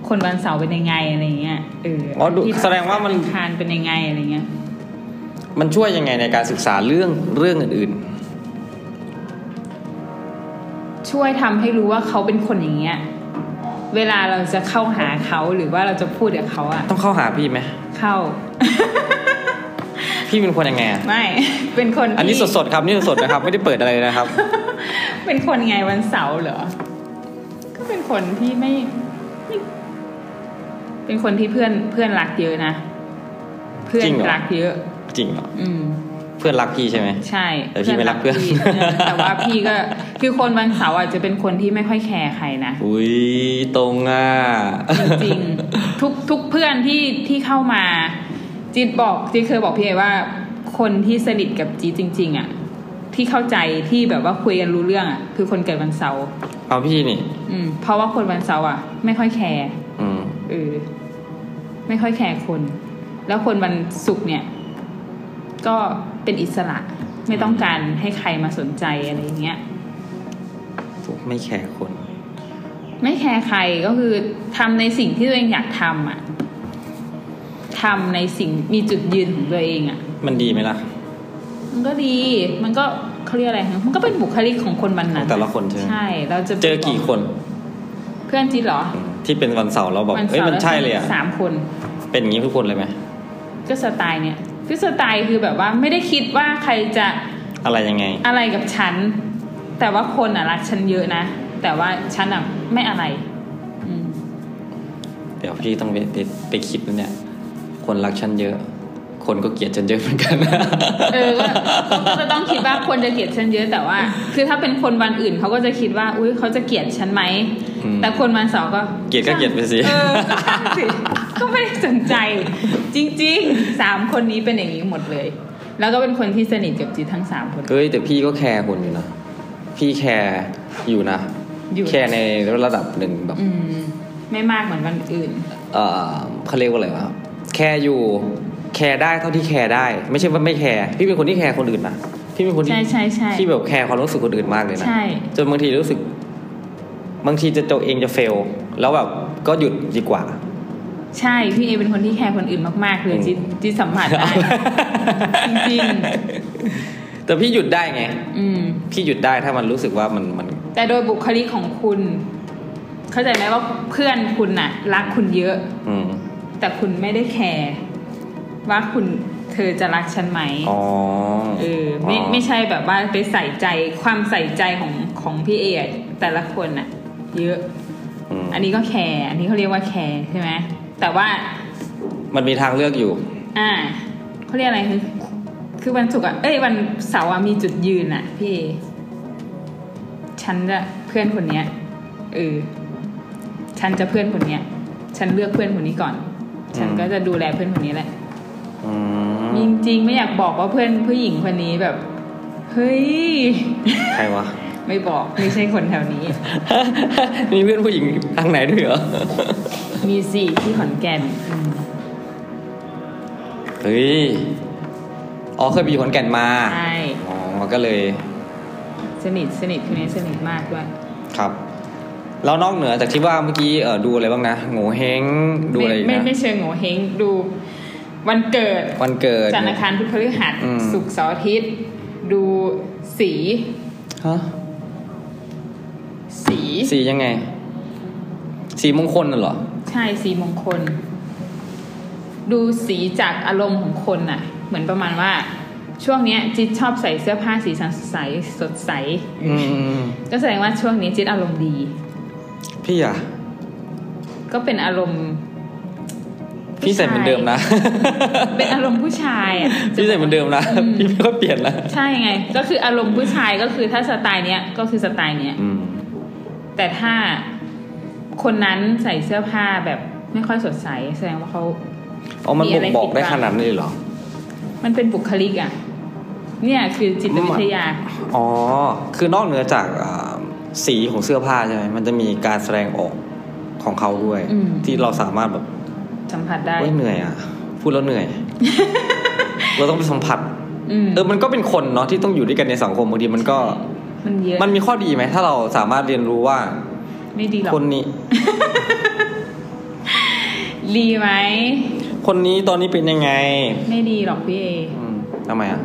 B: คนวันเสาร์เป็นยังไงอะไรเงี้ยเออ
A: อ๋อดู
B: ที่
A: แสดงว่ามัน
B: อังคารเป็นยังไงอะไรเงี้ย
A: มันช่วยยังไงในการศึกษาเรื่องเรื่องอื่น
B: ช่วยทำให้รู้ว่าเขาเป็นคนอย่างเงี้ย เวลาเราจะเข้าหาเขาหรือว่าเราจะพูดกับเขาอะ
A: ๆ ต้องเข้าหาพี่ไหม
B: เข้า
A: พี่เป็นคนยังไงอะ
B: ไม่ *laughs* เป็นคน
A: อันนี้
B: ที่
A: สดๆครับนี่สดๆนะครับ ไม่ได้เปิดอะไรเลยนะครับ
B: เป็นคนไงวันเสาร์เหรอ ก็เป็นคนที่ไม่ไม่ เป็นคนที่เพื่อนเพื่อนรักเยอะนะ เพื่อน
A: จริงเหรอ
B: รักเยอะ
A: จริงเหรอ
B: อืม
A: เพื่อนรักพี่ใช่ไหม
B: ใช่
A: แต่พี่ไม่รักเพื่อน
B: เออ
A: *laughs*
B: แต่ว่าพี่ก็คือคนวันเสาร์อาจจะเป็นคนที่ไม่ค่อยแคร์ใครนะ
A: อุ้ยตรงอ่ะ
B: จริงๆทุกทุกเพื่อนที่ที่เข้ามาจีดบอกจีดเคยบอกพี่เอว่า คนที่สนิทกับจีดจริง ๆ อ่ะ ที่เข้าใจที่แบบว่าคุยกันรู้เรื่องอ่ะคือคนเกิดวันเสาร์
A: *laughs* เอาพี่นี่
B: อืม เพราะว่าคนวันเสาร์อ่ะ ไม่ค่อยแคร์
A: อืม
B: เออไม่ค่อยแคร์คน แล้วคนวันศุกร์เนี่ย ก็เป็นอิสระ ไม่ต้องการให้ใครมาสนใจอะไรอย่างเงี้ย
A: ไม่แคร์คน
B: ไม่แคร์ใครก็คือทำในสิ่งที่ตัวเองอยากทำอะทำในสิ่งมีจุดยืนของตัวเองอะ
A: มันดีไหมล่ะ
B: มันก็ดี มันก็เขาเรียกอะไรมันก็เป็นบุคลิกของคนวันนั้น
A: ของแต่ละคนใช่ไหม
B: ใช่เราจะ
A: เจอกี่คน
B: เพื่อนจีเหรอ
A: ที่เป็นวันเสาร์เราบอก
B: วั
A: เอ้ย
B: สาร์
A: มันใช่เลยอ่ะ
B: สามคน
A: เป็นอย่างนี้ทุกคนเลยไหม
B: ก็สไตล์เนี่ยคือสไตล์คือแบบว่าไม่ได้คิดว่าใครจะ
A: อะไรยังไง
B: อะไรกับฉัน แต่ว่าคนอ่ะรักฉันเยอะนะ แต่ว่าฉันอ่ะไม่อะไร อืม
A: เดี๋ยวพี่ต้องไปไปไปคิดแล้วเนี่ย คนรักฉันเยอะ คนก็เกลียดฉันเยอะเหมือนกัน
B: *laughs* เออก็ก็จะต้องคิดว่าคนจะเกลียดฉันเยอะแต่ว่า คือถ้าเป็นคนวันอื่นเขาก็จะคิดว่า อุ้ยเขาจะเกลียดฉันไหม
A: อืม
B: แต่คนวันเสาร์ก็
A: เกลียดก็เกลียดไปสิ
B: เออก็ช่างสิก็ไม่ได้สนใจ จริงๆสามคนนี้เป็นอย่างนี้หมดเลย แล้วก็เป็นคนที่สนิทกับจีทั้งสามคน
A: เฮ้ยแต่พี่ก็แคร์คนอยู่นะ พี่แคร์อยู่นะ
B: อยู่
A: แคร์ในระดับหนึ่งแบบ
B: อืม ไม่มากเหมือนวันอื่น
A: เออเขาเรียกว่าอะไรวะแคร์อยู่ แคร์ได้เท่าที่แคร์ได้ ไม่ใช่ว่าไม่แคร์พี่เป็นคนที่แคร์คนอื่นนะพี่เป็นคนที่
B: ใช่ใช่ใช่
A: ที่แบบแคร์ความรู้สึกคนอื่นมากเลยนะ
B: ใช่
A: จนบางทีรู้สึก บางทีจะตัวเองจะเฟลแล้วแบบก็หยุดดีกว่า *laughs*
B: ใช่พี่เอเป็นคนที่แคร์คนอื่นมากๆเลย
A: อืม
B: จีจีสัมผัส
A: *laughs*
B: ได้ จริง
A: ๆแต่พี่หยุดได้ไง
B: อืม
A: พี่หยุดได้ถ้ามันรู้สึกว่ามันมัน
B: แต่โดยบุคลิกของคุณ เข้าใจไหมว่าเพื่อนคุณน่ะ รักคุณเยอะ
A: อืม
B: แต่คุณไม่ได้แคร์ว่าคุณเธอจะรักฉันไหม
A: อ๋อ
B: เออไม่ไม่ใช่แบบว่าไปใส่ใจความใส่ใจของของพี่เออะแต่ละคนน่ะ เยอะ
A: ม
B: อันนี้ก็แคร์อันนี้เขาเรียกว่าแคร์ใช่ไหมแต่ว่า
A: มันมีทางเลือกอยู่
B: อ่าเขาเรียกอะไรคือคือวันศุกร์อ่ะเอ้ยวันเสาร์อะมีจุดยืนอ่ะ พี่เอฉันจะเพื่อนคนเนี้ยเออฉันจะเพื่อนคนเนี้ย ฉันเลือกเพื่อนคนนี้ก่อน ฉัน
A: อืม
B: ก็จะดูแลเพื่อนคนนี้แหละ
A: อื
B: จ
A: ม
B: ริงๆไม่อยากบอกว่าเพื่อนผู้หญิงคนนี้แบบ เฮ้ย
A: ใครวะ *laughs*
B: ไม่บอกไม่ใช่คนแถวนี้
A: มีเพื่อนผู้หญิงทางไหนด้วยเหรอ
B: มีสิที่ขอนแก่นอืม
A: เฮ้ย อ๋อเคยไปอยู่ขอนแก่นมา
B: ใช่
A: อ๋อ ก็เลย
B: สนิทสนิทคนนี้สนิทมากด้วย
A: ครับ แล้วนอกเหนือจากที่ว่าเมื่อกี้เออดูอะไรบ้างนะโง่เฮงดูอะไรอีก
B: ไม่ไม่
A: นะ
B: เชิงโง่เฮงดูวันเกิด
A: วันเกิด
B: จันทร์อังคารพุธพฤหัส
A: อืม
B: ศุกร์เสาร์อาทิตย์ ดูสี
A: ฮะ
B: สี
A: สียังไง สีมงคลน่ะเหรอ
B: ใช่สีมงคล ดูสีจากอารมณ์ของคนน่ะ เหมือนประมาณว่า ช่วงเนี้ยจิตชอบใส่เสื้อผ้าสีสันสดใสสดใส
A: อืม
B: ก็แสดงว่าช่วงนี้จิตอารมณ์ดี
A: พี่อะ
B: ก็เป็นอารมณ์
A: พี่ใส่เหมือนเดิมนะ
B: เป็นอารมณ์ผู้ชายอ่ะ
A: พี่ใส่เหมือนเดิมนะ
B: อืม
A: พี่ไม่ค่อยเปลี่ยนนะ
B: ใช่ไง ก็คืออารมณ์ผู้ชายก็คือถ้าสไตล์เนี้ยก็คือสไตล์เนี้ย
A: อืม
B: แต่ถ้าคนนั้นใส่เสื้อผ้าแบบไม่ค่อยสดใส แสดงว่าเขา
A: อ๋อ มัน
B: มี
A: บ่
B: อะไร
A: งบอกได้
B: ผิดบ้าง
A: ขนาดนี้เลยเหรอ
B: มันเป็นบุคลิกอะ่ะ เนี่ยคือจิตวิทยา
A: อ๋อ คือนอกเหนือจากอ่าสีของเสื้อผ้าใช่ไหม มันจะมีการแสดงออกของเขาด้วย
B: อืม
A: ที่เราสามารถแบบ
B: สัมผัสได้
A: เฮ้ยเหนื่อยอ่ะ พูดแล้วเห
B: *laughs*
A: นื่อย เราต้องไปสัมผัส
B: อืม
A: เออ มันก็เป็นคนเนาะที่ต้องอยู่ด้วยกันในสังคมบางทีมันก็
B: มันเยอะ
A: มันมีข้อดีไหม ถ้าเราสามารถเรียนรู้ว่า
B: ไม่ดีหรอก
A: คนนี้
B: ดีไหม
A: คนนี้ตอนนี้เป็นยังไง
B: ไม่ดีหรอกพี่เอ
A: อืมทำไมอ่ะ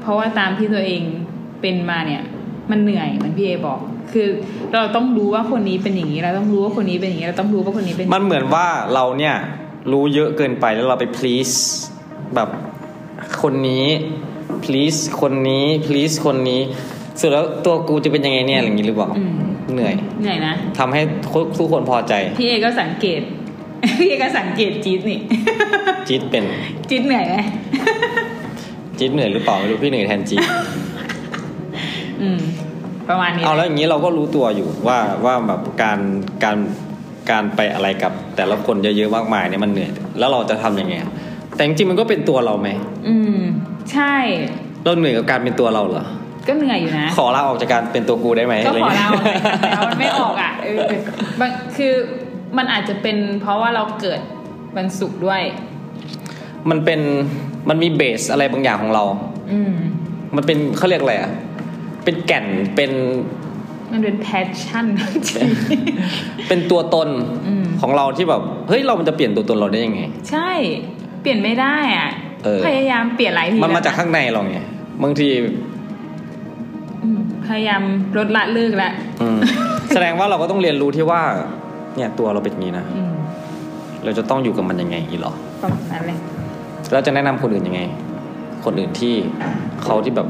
B: เพราะว่าตามที่ตัวเองเป็นมาเนี่ย มันเหนื่อยเหมือนพี่เอบอก คือเราต้องรู้ว่าคนนี้เป็นอย่างนี้ เราต้องรู้ว่าคนนี้เป็นอย่างนี้เราต้องรู้ว่าคนนี้เป็น
A: มันเหมือนว่าเราเนี่ยรู้เยอะเกินไปแล้วเราไป please แบบคนนี้ please คนนี้ please คนนี้สุดแล้วตัวกูจะเป็นยังไงเนี่ยอะไรอย่างนี้หรือเปล่า
B: อืม
A: เหนื่อย
B: เหนื่อยนะ
A: ทำให้ทุกคนพอใจ
B: พี่เอก็สังเกต *laughs* พี่เอก็สังเกตจี๊ดนี่ *laughs*
A: จี๊ดเป็น
B: จี๊ดเหนื่อยไหม
A: จี๊ดเหนื่อยหรือเปล่าไม่รู้พี่เหนื่อยแทน *laughs* จี๊ด
B: อืม ประมาณนี้
A: เอาแล้วอย่างนี้เราก็รู้ตัวอยู่ว่าว่าแบบการการการไปอะไรกับ แต่ละคนเยอะๆมากมายเนี่ยมันเหนื่อย แล้วเราจะทำยังไงอะแต่จริงๆมันก็เป็นตัวเราไหม
B: อืม ใช่
A: เราเหนื่อยกับการเป็นตัวเราเหรอ
B: ก็เหนื่อยอยู่นะ
A: ขอลาออกจากการเป็นตัวกูได้ไห
B: ก็
A: มะไร
B: ขอ
A: งี้ย
B: เราหน่อยแต่มันไม่ออกอ่ะเออบางคือมันอาจจะเป็นเพราะว่าเราเกิดวันศุกร์ด้วย
A: มันเป็นมันมีเบสอะไรบางอย่างของเรา
B: อืม
A: มันเป็นเขาเรียกอะไรอ่ะ เป็นแก่นเป็น
B: มันเป็นแพชชั่นจริง
A: เป็นตัวตน
B: อืม
A: ของเราที่แบบเฮ้ยเรามันจะเปลี่ยนตัวตนเราได้ยังไง
B: ใช่ เปลี่ยนไม่ได้อ่ะ
A: เออ
B: พยายามเปลี่ยนหลายที
A: มันมา
B: แล้ว
A: จากข้างในเราไงบางที
B: อืมพยายามลดละเลิกละ
A: อื
B: *laughs*
A: ม แสดงว่าเราก็ต้องเรียนรู้ที่ว่า เนี่ยตัวเราเป็นอย่างนี้นะ
B: อืม
A: เราจะต้องอยู่กับมันยังไงอย่างนี้หรอ
B: ประมาณนั้นเลย
A: เราจะแนะนำคนอื่นยังไง คนอื่นที่เขาที่แบบ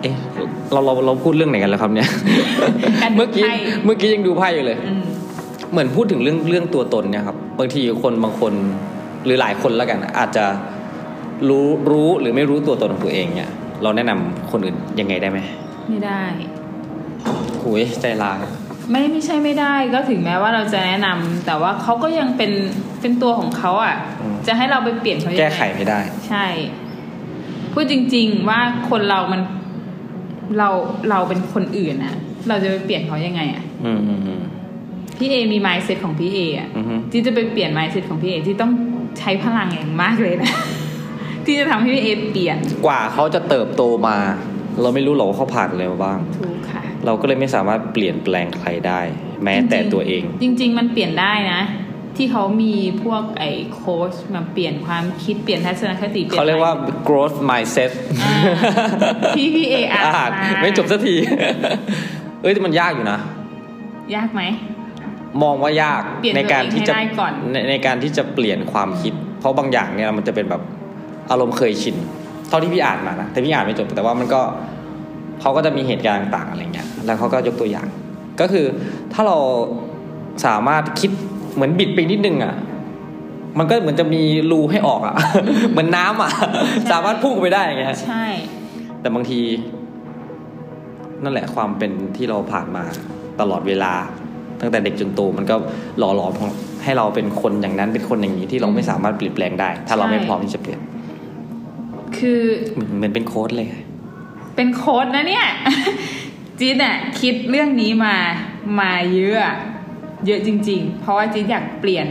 A: เอ๊ะเราเราเราพูดเรื่องไหนกันแล้วครับเนี่ย
B: การดู
A: เมื่อกี้
B: ไพ่
A: เมื่อกี้ยังดูไพ่อยู่เลย
B: อืม
A: เหมือนพูดถึงเรื่องเรื่องตัวตนเนี่ยครับบางทีคนบางคนหรือหลายคนแล้วกัน อาจจะรู้รู้หรือไม่รู้ตัวตนของตัวเองเนี่ย เราแนะนำคนอื่นยังไงได้ไหม
B: ไม่ได้
A: หุยใจลาย
B: ไม่ไม่ใช่ไม่ได้ก็ถึงแม้ว่าเราจะแนะนำแต่ว่าเขาก็ยังเป็นเป็นตัวของเขาอ่ะ
A: อืม
B: จะให้เราไปเปลี่ยนเขายังง
A: แก้ไขไม่ได้
B: ใช่ พูดจริง ๆว่าคนเรามันเราเราเป็นคนอื่นอ่ะ เราจะไปเปลี่ยนเขายังไงอ่ะ
A: อืมอืมอืม
B: พี่เอมีม n d เซ t ของพี่เออ่ะ
A: อืม
B: ที่จะไปเปลี่ยนม n d เซ t ของพี่เอที่ต้องใช้พลังอย่างมากเลยนะ *laughs* ที่จะทำให้พี่เอเปลี่ยน
A: กว่าเขาจะเติบโตมา เราไม่รู้หรอกว่าเขาผ่านอะไรมาบ้าง
B: ถูกค่ะ
A: เราก็เลยไม่สามารถเปลี่ยนแปลงใครได้ แม้แต่ตัวเอง
B: จริงๆจริง ๆ มันเปลี่ยนได้นะ ที่เขามีพวกไอ้โค้ชมาเปลี่ยนความคิดเปลี่ยนทัศนคติปลี่น
A: เขาเรียกว่า
B: อะไ
A: growth mindset
B: อ่
A: *laughs*
B: า PPAR
A: อ่านไม่จบสักที เอ้ยแต่มันยากอยู่นะ
B: ยากไหม
A: มองว่ายาก
B: เปลี่ยน
A: ในการที่จะ
B: ตัวเองให้ได้ก่อน
A: ในในการที่จะเปลี่ยนความคิด เพราะบางอย่างเนี่ยมันจะเป็นแบบอารมณ์เคยชินเท่าที่พี่อ่านมานะแต่พี่อ่านไม่จบแต่ว่ามันก็เขาก็จะมีเหตุการณ์ต่างๆอะไรเงี้ยแล้วเขาก็ยกตัวอย่าง ก็คือถ้าเราสามารถคิดเหมือนบิดไปนิดนึงอ่ะมันก็เหมือนจะมีรูให้ออกอ่ะ *laughs* เหมือนน้ำอ่ะ สามารถพุ่งไปได้อย่างเงี้ย
B: ใช่
A: แต่บางที นั่นแหละความเป็นที่เราผ่านมาตลอดเวลา ตั้งแต่เด็กจนโตมันก็หล่อหลอมของให้เราเป็นคนอย่างนั้นเป็นคนอย่างนี้ที่เราไม่สามารถเปลี่ยนแปลงได้ ถ้าเรา
B: ใช่
A: ไม่พร้อมที่จะเปลี่ยน
B: คือ
A: เหมือนเหมือนเป็นโค้ดเลย
B: เป็นโค้ชนะเนี่ย *laughs* จีดเนี่ยคิดเรื่องนี้มามาเยอะเยอะจริง ๆ เพราะว่าจีดอยากเปลี่ยน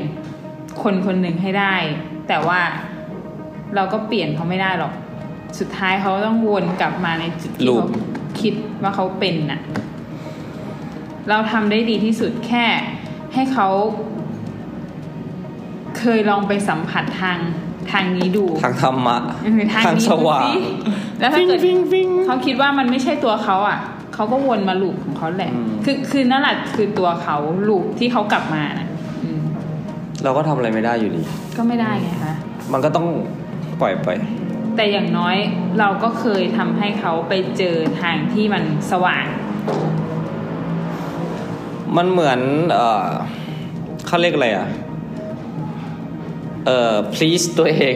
B: คนคนหนึ่งให้ได้ แต่ว่าเราก็เปลี่ยนเขาไม่ได้หรอก สุดท้ายเขาต้องวนกลับมาในจุดที่
A: ลูป
B: เขาคิดว่าเขาเป็นน่ะ เราทำได้ดีที่สุดแค่ ให้เขาเคยลองไปสัมผัสทางทางนี้ดู
A: ทางธรรมะ
B: เออทางนี้
A: สว่าง
B: ดูสิแล้วถ้า
A: ฟิง
B: เกิด
A: ฟิงฟิง
B: เขาคิดว่ามันไม่ใช่ตัวเขาอ่ะ เขาก็วนมาลูปของเขาแหละ
A: อืม
B: คือคือนั่นแหละคือตัวเขาลูปที่เขากลับมานะอืม
A: เราก็ทำอะไรไม่ได้อยู่ดี
B: ก็ไม่ได้ไงคะ
A: มันก็ต้องปล่อยไป
B: แต่อย่างน้อยเราก็เคยทำให้เขาไปเจอทางที่มันสว่าง
A: มันเหมือน เอ่อเขาเรียกอะไรอ่ะ เอ่อ please ตัวเอง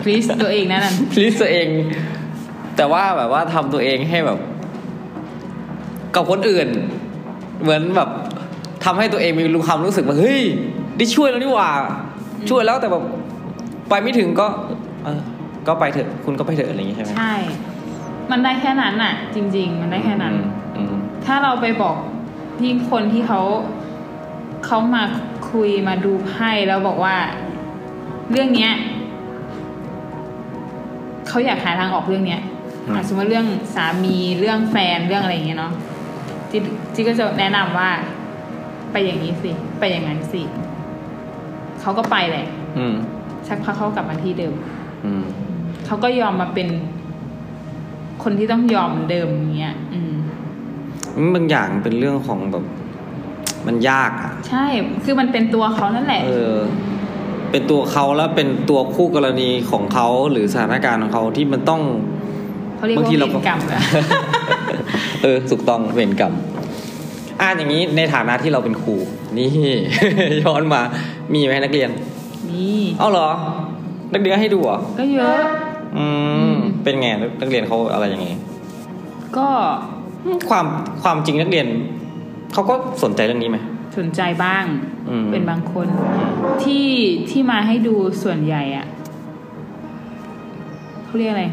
B: พลีสตัวเองนั่นน่ะ
A: พลีสตัวเอง แต่ว่าแบบว่าทำตัวเองให้แบบ กับคนอื่น เหมือนแบบทำให้ตัวเองมีรู้ความรู้สึกว่าเฮ้ยได้ช่วยแล้วนี่หว่า ช่วยแล้วแต่แบบไปไม่ถึงก็ เออ ก็ไปเถอะ คุณก็ไปเถอะอะไรอย่างงี้ใช่ไหม
B: ใช่ มันได้แค่นั้นน่ะ จริง ๆ มันได้แค่นั้น
A: อืมอืม
B: ถ้าเราไปบอกที่คนที่เขาเขามาคุยมาดูไพ่แล้วบอกว่า เรื่องเนี้ยเขาอยากหาทางออกเรื่องเนี้ยอ่ะสมมติเรื่องสามีเรื่องแฟนเรื่องอะไรอย่างเงี้ยเนาะจิจิก็จะแนะนำว่า ไปอย่างนี้สิ ไปอย่างนั้นสิเขาก็ไปแหละ
A: อืม
B: สักพักเขากลับมาที่เดิม
A: อืม
B: เขาก็ยอมมาเป็น คนที่ต้องยอมเหมือนเดิมอย่างเงี้ย อืม
A: บางอย่างเป็นเรื่องของแบบ มันยากอ่ะ
B: ใช่ คือมันเป็นตัวเขานั่นแหละ
A: เออ เป็นตัวเขาแล้วเป็นตัวคู่กรณีของเขาหรือสถานการณ์ของเขาที่มันต้อง
B: เขาเรียก
A: บา
B: ว่าง
A: ที
B: เว
A: เรา
B: ร
A: ก็
B: กรรม
A: *laughs*
B: เหรอ
A: เออถูกต้องเวรกรรมอ่านอย่างนี้ในฐานะที่เราเป็นครูนี่ *laughs* ย้อนมามีไหมนักเรียน
B: นี่
A: เอ้าเหรอ นักเรียนให้ดูเหรอ
B: ก็เยอะ
A: อื
B: อื
A: ม
B: ม
A: เป็นไงนักเรียนเขาอะไรยังไง
B: ก็
A: อืมความความจริงนักเรียนเขาก็สนใจเรื่องนี้ไหม
B: สนใจบ้าง
A: อืม
B: เป็นบางคน ที่ที่มาให้ดูส่วนใหญ่อะเขาเรียกอะไร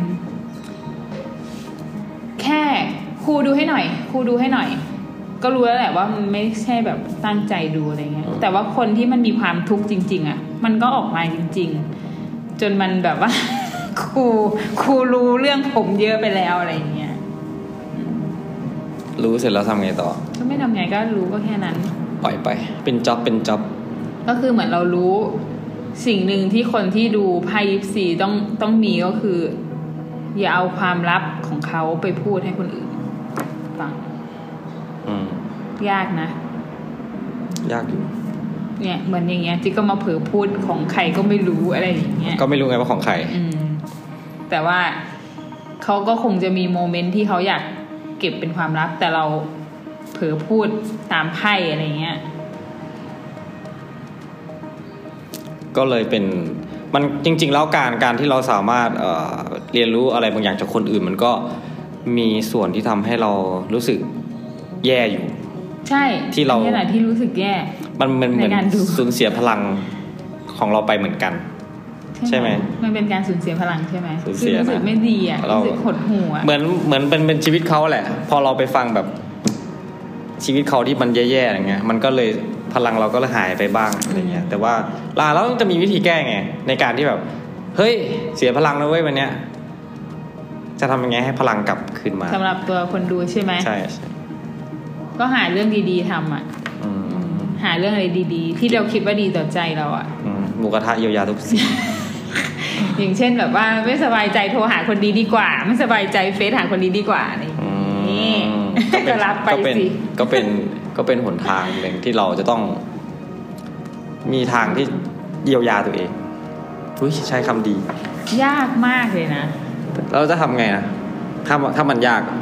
B: แค่ครูดูให้หน่อยครูดูให้หน่อย ก็รู้แล้วแหละว่ามันไม่ใช่แบบตั้งใจดูอะไรเงี้ย แต่ว่าคนที่มันมีความทุกข์จริง ๆอะมันก็ออกมาจริง ๆ จนมันแบบว่า *laughs* ครูครูรู้เรื่องผมเยอะไปแล้วอะไรเงี้ย
A: รู้เสร็จแล้วทำไงต่อ
B: ก็ไม่ทำไงก็รู้ก็แค่นั้น
A: ปล่อยไป เป็นจ็อบเป็นจ็อบ
B: ก็คือเหมือนเรารู้สิ่งหนึ่งที่คนที่ดูไพ่ยิปซีต้องต้องมีก็คือ อย่าเอาความลับของเขาไปพูดให้คนอื่นฟัง
A: อืม
B: ยากนะ
A: ยากอยู่
B: เนี่ยเหมือนอย่างเงี้ยจิกก็มาเผลอพูดของใครก็ไม่รู้อะไรอย่างเงี้ย
A: ก็ไม่รู้ไงว่าของใคร
B: อืม แต่ว่า เขาก็คงจะมีโมเมนต์ที่เขาอยากเก็บเป็นความลับ แต่เราเผลอพูดตามไพ่อะไรเงี้ย
A: ก็เลยเป็นมันจริง ๆ แล้วการการที่เราสามารถเอ่อเรียนรู้อะไรบางอย่างจากคนอื่น มันก็มีส่วนที่ทำให้เรารู้สึกแย่อยู่
B: ใช่
A: ที่เรา
B: อันนี่แหละที่รู้สึกแย่
A: มันมันเหมือน
B: ในการดู
A: สูญเสียพลังของเราไปเหมือนกัน ใช่ไหม
B: มันเป็นการสูญเสียพลังใช่ไหม
A: สูญเสีย
B: คือรู้สึก
A: นะ
B: ไม่ดีอ่ะ
A: เรารู้
B: รู้สึกหดหู่อ่ะ
A: เหมือนเหมือนเป็นเป็นชีวิตเขาแหละ พอเราไปฟังแบบชีวิตเขาที่มันแย่ๆอย่างเงี้ย มันก็เลยพลังเราก็เลยหายไปบ้างอะไรเงี้ย แต่ว่าลาแล้วจะมีวิธีแก้ไง ในการที่แบบ เฮ้ย เสียพลังแล้วเว้ยวันเนี้ย จะทำยังไงให้พลังกลับคืนมา
B: สำหรับตัวคนดูใช่ไหม
A: ใช่ใช่
B: ก็หาเรื่องดีๆทำอ่ะ
A: อืม
B: หาเรื่องอะไรดีๆ ที่เราคิดว่าดีต่อใจเราอ่ะ
A: อืมหมูกระทะเยียวยาทุกสิ่ง
B: อย่างเช่นแบบว่าไม่สบายใจโทรหาคนดีดีกว่า ไม่สบายใจเฟซหาคนดีดีกว่านี่
A: อื
B: นี่
A: ม
B: ก็ *laughs* รับไป
A: ก็เป็น
B: สิ
A: ก็เป็นก็เป็นหนทางหนึ่งที่เราจะต้อง มีทางที่เยียวยาตัวเองอุยใช้คำดี
B: ยากมากเลยนะ
A: เราจะทำไงนะถ้าถ้ามันยากอะ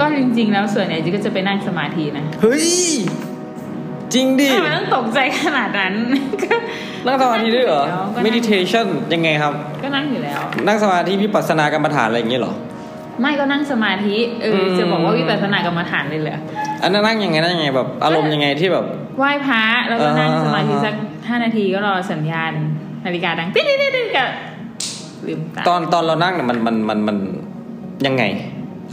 B: ก็จริง ๆ แล้วส่วนใหญ่จิก็จะไปนั่งสมาธินะ
A: เฮ้ย จริงดิ
B: อ้าวมันต้องตกใจขนาดนั้น ก็
A: นั่งสมาธิด้วยเหรอ
B: ก็นั่ง
A: meditation ยังไงครับ
B: ก็นั่งอยู่แล้ว
A: นั่งสมาธิวิปัสสนากรรมฐานอะไรอย่างเงี้ยเหรอ
B: ไม่ก็นั่งสมาธิเอออ
A: ม
B: จะบอกว่าวิปัสสนากรรมฐานเลยเหรอ
A: อันนั้นนั่งยังไงนั่งยังไงแบบ อารมณ์ยังไงที่แบบ
B: ไหว้พระแล้วก็นั่ง
A: อ่า
B: สมาธิสักห้านาทีก็รอสัญญาณ นาฬิกาดังติ๊ดติ๊ดติ๊ดติ๊ดก็ลืมตา
A: ตอนตอนเรานั่งเนี่ยมันมันมันมันยังไง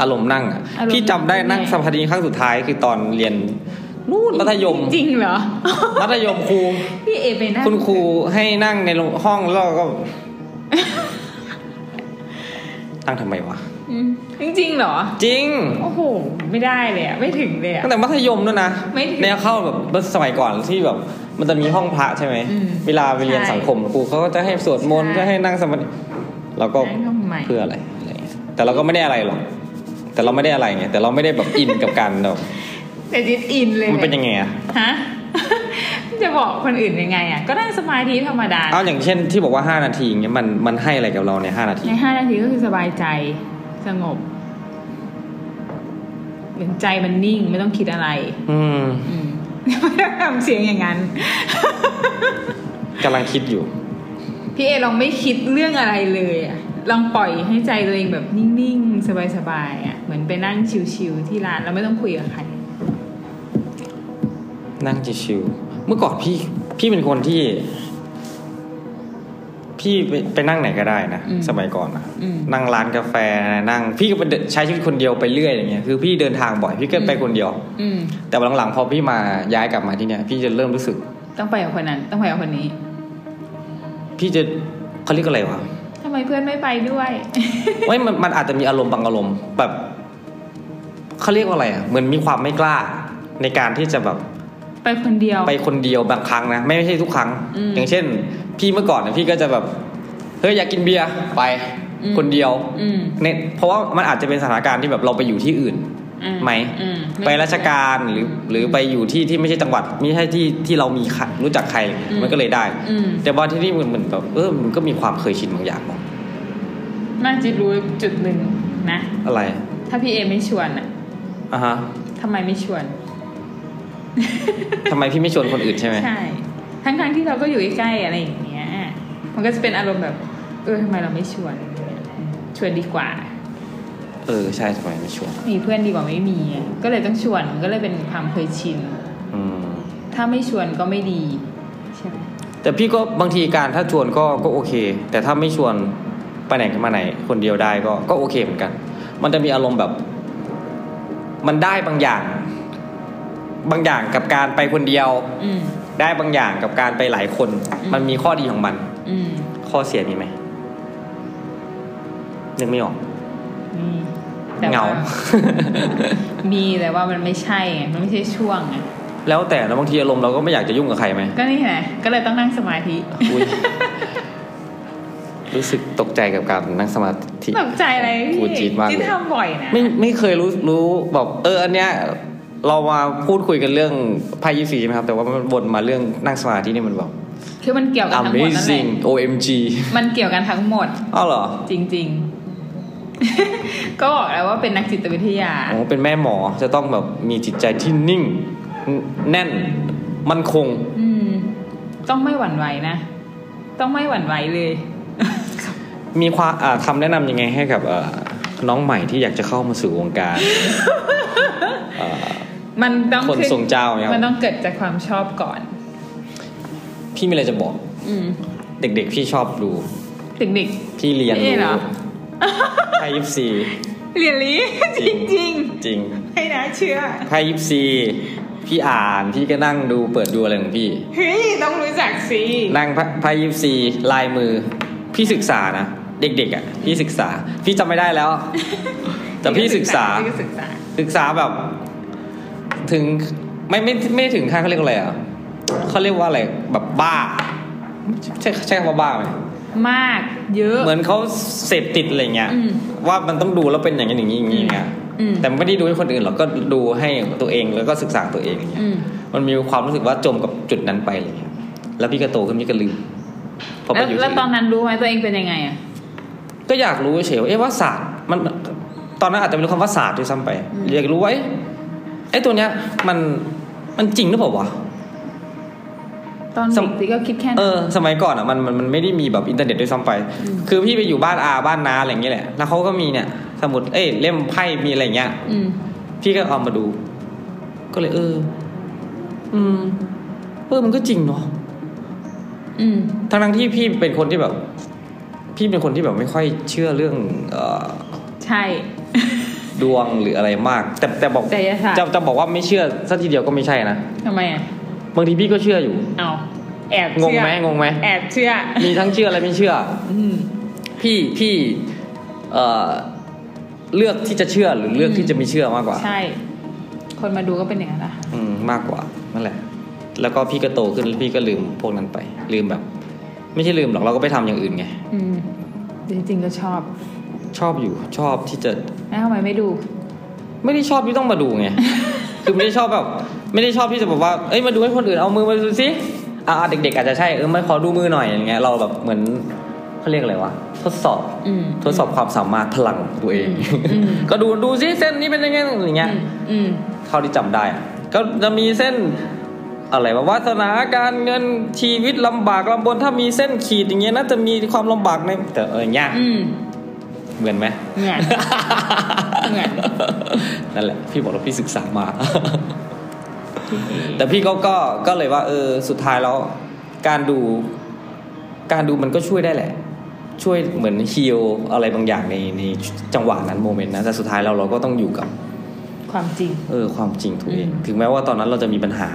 A: อารมณ์นั่งอะ
B: อารมณ์
A: พี่จำได้นั่ง
B: ยังไง
A: สมาธิครั้งสุดท้ายคือตอนเรียนนู่นมัธยม
B: จริงเหรอ
A: มัธยม
B: *laughs*
A: ครู
B: พี่เอไปนั่ง
A: คุณครูให้นั่งในห้องแล้วเราก็ นั่งทำไมวะ
B: อืมจริงๆเหรอ
A: จริง
B: โอ้โห ไม่ได้เลยอะไม่ถึงเลยอะ
A: ตั้งแต่มัธยมด้วยนะ
B: ไม่ถึง
A: แนวเข้าแบบสมัยก่อนที่แบบ มันจะมีห้องพระใช่ไหม
B: อืม
A: เวลาไปเรียน
B: ใช่
A: สังคมครูเขาก็จะให้สวดมนต์
B: ใช่
A: จะให้นั่งสมาธิเราก็
B: นั่งทำไม
A: เพื่ออะไรอะไรอย่างเงี้ยแต่เราก็ไม่ได้อะไรหรอกแต่เราไม่ได้อะไรไงแต่เราไม่ได้แบบอินกับการแบบ
B: แต่จิตอินเลย
A: มันเป็นยังไงอะ
B: ฮะ จะบอกคนอื่นยังไงอะก็นั่งสมาธิธรรมดา
A: เอาอย่างเช่นที่บอกว่า 5 นาทีอย่างเงี้ยมันมันให้อะไรกับเราใน5นาที
B: ในห้านาทีก็คือสบายใจสงบเหมือนใจมันนิ่งไม่ต้องคิดอะไร
A: อืม
B: อืม *laughs* ไม่ต้องทำเสียงอย่างนั้น
A: กำลังคิดอยู่
B: พี่เอลองไม่คิดเรื่องอะไรเลยอะลองปล่อยให้ใจตัวเองแบบนิ่งๆ สบายๆอะเหมือนไปนั่งชิวๆที่ร้านแล้วไม่ต้องคุยกับใคร
A: นั่งชิวๆเมื่อก่อนพี่ พี่เป็นคนที่ พี่ไปไปนั่งไหนก็ได้นะ
B: อืม
A: สมัยก่อนนะ
B: อืม
A: นั่งร้านกาแฟนั่ง พี่ก็ไปเดินใช้ชีวิตคนเดียวไปเรื่อยอย่างเงี้ยคือพี่เดินทางบ่อยพี่ก็
B: อืม
A: ไปคนเดียว
B: อืม
A: แต่วันหลังๆพอพี่มาย้ายกลับมาที่เนี่ยพี่จะเริ่มรู้สึก
B: ต้องไปกับคนนั้น ต้องไปกับคนนี้
A: พี่จะเขาเรียกอะไรวะ
B: ทำไมเพื่อนไม่ไปด้วย *laughs*
A: เว้ยมันมันอาจจะมีอารมณ์บางอารมณ์แบบเขาเรียกว่าอะไรอ่ะเหมือนมีความไม่กล้า ในการที่จะแบบ
B: ไปคนเดียว
A: ไปคนเดียวบางครั้งนะไม่ไม่ใช่ทุกครั้ง
B: อืม
A: อย่างเช่น พี่เมื่อก่อนเนยพี่ก็จะแบบเฮ้ยอยากกินเบียร์ไป
B: อืม
A: คนเดียว
B: อืม
A: เนี่ยเพราะว่ามันอาจจะเป็นสถานการณ์ที่แบบเราไปอยู่ที่อื่น
B: อื
A: ไหม
B: อืม
A: ไปราชการหรือหรือไปอยู่ที่ที่ไม่ใช่จังหวัดไม่ใช่ที่ที่เรามีใครรู้จักใครมันก็เลยได้
B: อืม
A: แต่บอลที่นี่มันเหมือนแบบเออมันก็มีความเคยชินบางอย่างของ
B: น่าจิตรู้จุดหนึ่งนะ
A: อะไร
B: ถ้าพี่เอไม่ชวนอะ
A: อ่ะฮะ
B: ทำไมไม่ชวน
A: ทำไมพี่ไม่ชวนคนอื่นใช่ไหม
B: ใช่ ทั้งๆที่เราก็อยู่ใกล้ๆอะไรอย่างเงี้ย มันก็จะเป็นอารมณ์แบบ เออทำไมเราไม่ชวนอะไรเงี้ยชวนดีกว่า
A: เออใช่ทำไมไม่ชวน
B: มีเพื่อนดีกว่าไม่มีอะก็เลยต้องชวน มันก็เลยเป็นความเคยชิน
A: อืม
B: ถ้าไม่ชวนก็ไม่ดี ใช่ไหม
A: แต่พี่ก็บางทีการถ้าชวนก็ก็โอเค แต่ถ้าไม่ชวนไปไหนมาไหน คนเดียวได้ก็ก็โอเคเหมือนกัน มันจะมีอารมณ์แบบ มันได้บางอย่าง บางอย่างกับการไปคนเดียว
B: อืม
A: ได้บางอย่างกับการไปหลายคน
B: อืม
A: มันมีข้อดีของมัน
B: อืม
A: ข้อเสียมีไหมนึกไม่ออก
B: นี่แต่
A: เหงา
B: ว่า *laughs* มีแต่ว่ามันไม่ใช่ไงมันไม่ใช่ช่วงไง
A: แล้วแต่นะบางทีอารมณ์เราก็ไม่อยากจะยุ่งกับใครไหม
B: ก็นี่ไงก็เลยต้องนั่งสมา
A: *laughs*
B: ธิ
A: อุ๊ยรู้สึกตกใจกับการนั่งสมาธิ
B: ตกใจอะไร
A: กู
B: พี่
A: จีดมาก
B: จิ๊
A: เลย
B: ทำบ่อยนะ
A: ไม่ไม่เคยรู้รู้แบบเอออันเนี้ยเรามาพูดคุยกันเรื่องไพ่ยี่สี่ใช่ไหมครับ แต่ว่ามันวนมาเรื่องนั่งสมาธินี่มันแบบ
B: เค คือมันเกี่ยวกันทั้งหมดนั่นแหละ
A: Amazing OMG
B: มันเกี่ยวกันทั้งหมด
A: อ้าวเหรอ
B: จริง ๆ *laughs* ก็บอกแล้วว่าเป็นนักจิตวิทยา
A: โอ้เป็นแม่หมอจะต้องแบบมีจิตใจที่นิ่ง แน่นมั่นคง
B: อืม ต้องไม่หวั่นไหวนะ ต้องไม่หวั่นไหวเลย
A: มีความอ่าคำแนะนำยังไงให้กับเอ่อน้องใหม่ที่อยากจะเข้ามาสู่วงการ
B: มันต้อง
A: คน
B: ขึ้
A: ทรงเจ้าเนี่ยครับ
B: มันต้องเกิดจากความชอบก่อน
A: พี่มีอะไรจะบอก
B: อืม
A: เด็กๆพี่ชอบดู
B: เด็ก
A: พี่เรียน
B: นี่เหรอ
A: ไพ่ยิปซี
B: ๆเรียนรี
A: จ
B: จ
A: ริง
B: ริง
A: จริง
B: ๆไม่น่าเชื่อ
A: ไพ่ยิปซีพี่อ่านพี่ก็นั่งดูเปิดดูอะไรของพี่
B: เฮ้ย ต้องรู้จักสิ
A: นั่งไพ่ไพ่ยิปซีลายมือ พี่ศึกษานะเด็กๆอ่ะพี่ศึกษา พี่จำไม่ได้
B: *laughs*
A: แล้ว แต่พี่ศึกษา
B: พี่ก็ศึกษา
A: ศึกษาแบบ ถึงไม่ไม่ไม่ถึงขั้นเขาเรียกว่าอะไรอ่ะเขาเรียกว่าอะไรแบบบ้า ใช่ใช่คำว่าบ้าไหม
B: มากเยอะ
A: เหมือนเขาเสพติดอะไรเงี้ย
B: อืม
A: ว่ามันต้องดูแล้วเป็นอย่างนี้นอย่างนี้อย่างนี้อย่างเงี้ย
B: อืม
A: แต่ไม่ได้ดูให้คนอื่นหรอกก็ดูให้ตัวเองแล้วก็ศึกษาตัวเองอย่างเงี้ย
B: อืม
A: มันมีความรู้สึกว่าจมกับจุดนั้นไปอะไรเงี้ยแล้วพี่ก็โตขึ้นพี่ก็ลืมพอไป
B: แล้ว
A: อยู่
B: แล้ว
A: เฉ
B: ตอย นนั้นรู้ไหมตัวเองเป็นยังไงอ่ะ
A: ก็อยากรู้เฉยๆว่าเอ๊ะว่าศาสตร์มันตอนนั้นอาจจะไม่รู้คำว่าศาสตร์ด้วยซ้ำไป
B: อืม
A: อยากรู้ว่าเอ๊ะไอ้ตัวเนี้ยมันมันจริงหรือเปล่าวะ
B: ตอน
A: ส
B: เด็
A: ม
B: กพี่ก็คิดแค่
A: เอ
B: นั้น
A: อสมัยก่อนอ่ะมันมันมันไม่ได้มีแบบอินเทอร์เน็ตด้วยซ้ำไป
B: อืม
A: คือพี่ไปอยู่บ้านอาบ้านนาอะไรอย่างเงี้ยแหละ แล้วเขาก็มีเนี่ย สมุดเอ้ยเล่มไพ่มีอะไรอย่างเงี้ย
B: อืม
A: พี่ก็เอามาดู ก็เลยเออ อืมเออมันก็จริงเนาะ
B: อืม
A: ทั้งทั้งๆที่พี่เป็นคนที่แบบ พี่เป็นคนที่แบบไม่ค่อยเชื่อเรื่อง เอ่อ
B: ใช่
A: ดวงหรืออะไรมาก แต่แต่บอก
B: ไสยศาสตร์
A: จะจะบอกว่าไม่เชื่อสักทีเดียวก็ไม่ใช่นะ
B: ทำไมอ่ะ
A: บางทีพี่ก็เชื่ออยู่
B: เอาแอบ
A: งง
B: เชื่อ
A: ไหมงงไหม
B: แอบเชื่อ
A: มีทั้งเชื่อและไม่เชื่อ
B: อืม
A: พี่พี่เอ่อเลือกที่จะเชื่อหรือเลือก
B: อืม
A: ที่จะไม่เชื่อมากกว่า
B: ใช่ คนมาดูก็เป็นอย่างนั้นนะ
A: อืมมากกว่านั่นแหละ แล้วก็พี่ก็โตขึ้นแล้วพี่ก็ลืมพวกนั้นไป ลืมแบบ ไม่ใช่ลืมหรอกเราก็ไปทำอย่างอื่นไง
B: อืม จริงๆก็ชอบ
A: ชอบอยู่ชอบที่จะ
B: แล้วทำไมไม่ดู
A: ไม่ได้ชอบที่ต้องมาดู
B: *laughs*
A: ไง คือไม่ได้ชอบแบบ ไม่ได้ชอบที่จะแบบว่าเอ้ยมาดูให้คนอื่นเอามือมาดูสิอ่าเด็ก ๆ อาจจะใช่เออไม่ขอดูมือหน่อยอย่างเงี้ยเราแบบเหมือนเขาเรียกอะไรวะทดสอบ
B: อืม
A: ทดสอบความสามารถพลังตัวเอง
B: อืม
A: *laughs* ก็ดูดูซิเส้นนี้เป็นยังไงอย่างเงี้ย
B: อืม
A: เท่าที่จำได้อะก็จะมีเส้นอะไรวะวาสนาการเงินชีวิตลำบากลำบนถ้ามีเส้นขีดอย่างเงี้ยน่าจะมีความลำบากในแต่เอออย่างเงี้ย
B: อืม
A: เหมือนไหม
B: เหงื่อน เหมือน
A: นั่นแหละ พี่บอกแล้วพี่ศึกษา
B: *laughs*
A: มา แต่พี่ก็ก็ก็เลยว่า เออสุดท้ายแล้ว การดู การดูมันก็ช่วยได้แหละ ช่วยเหมือนฮีลอะไรบางอย่างในในจังหวะนั้นโมเมนต์นะแต่สุดท้ายเราเราก็ต้องอยู่กับ
B: ความจริง
A: เออความจริงตัวเอง
B: อืม
A: ถึงแม้ว่าตอนนั้นเราจะมีปัญหา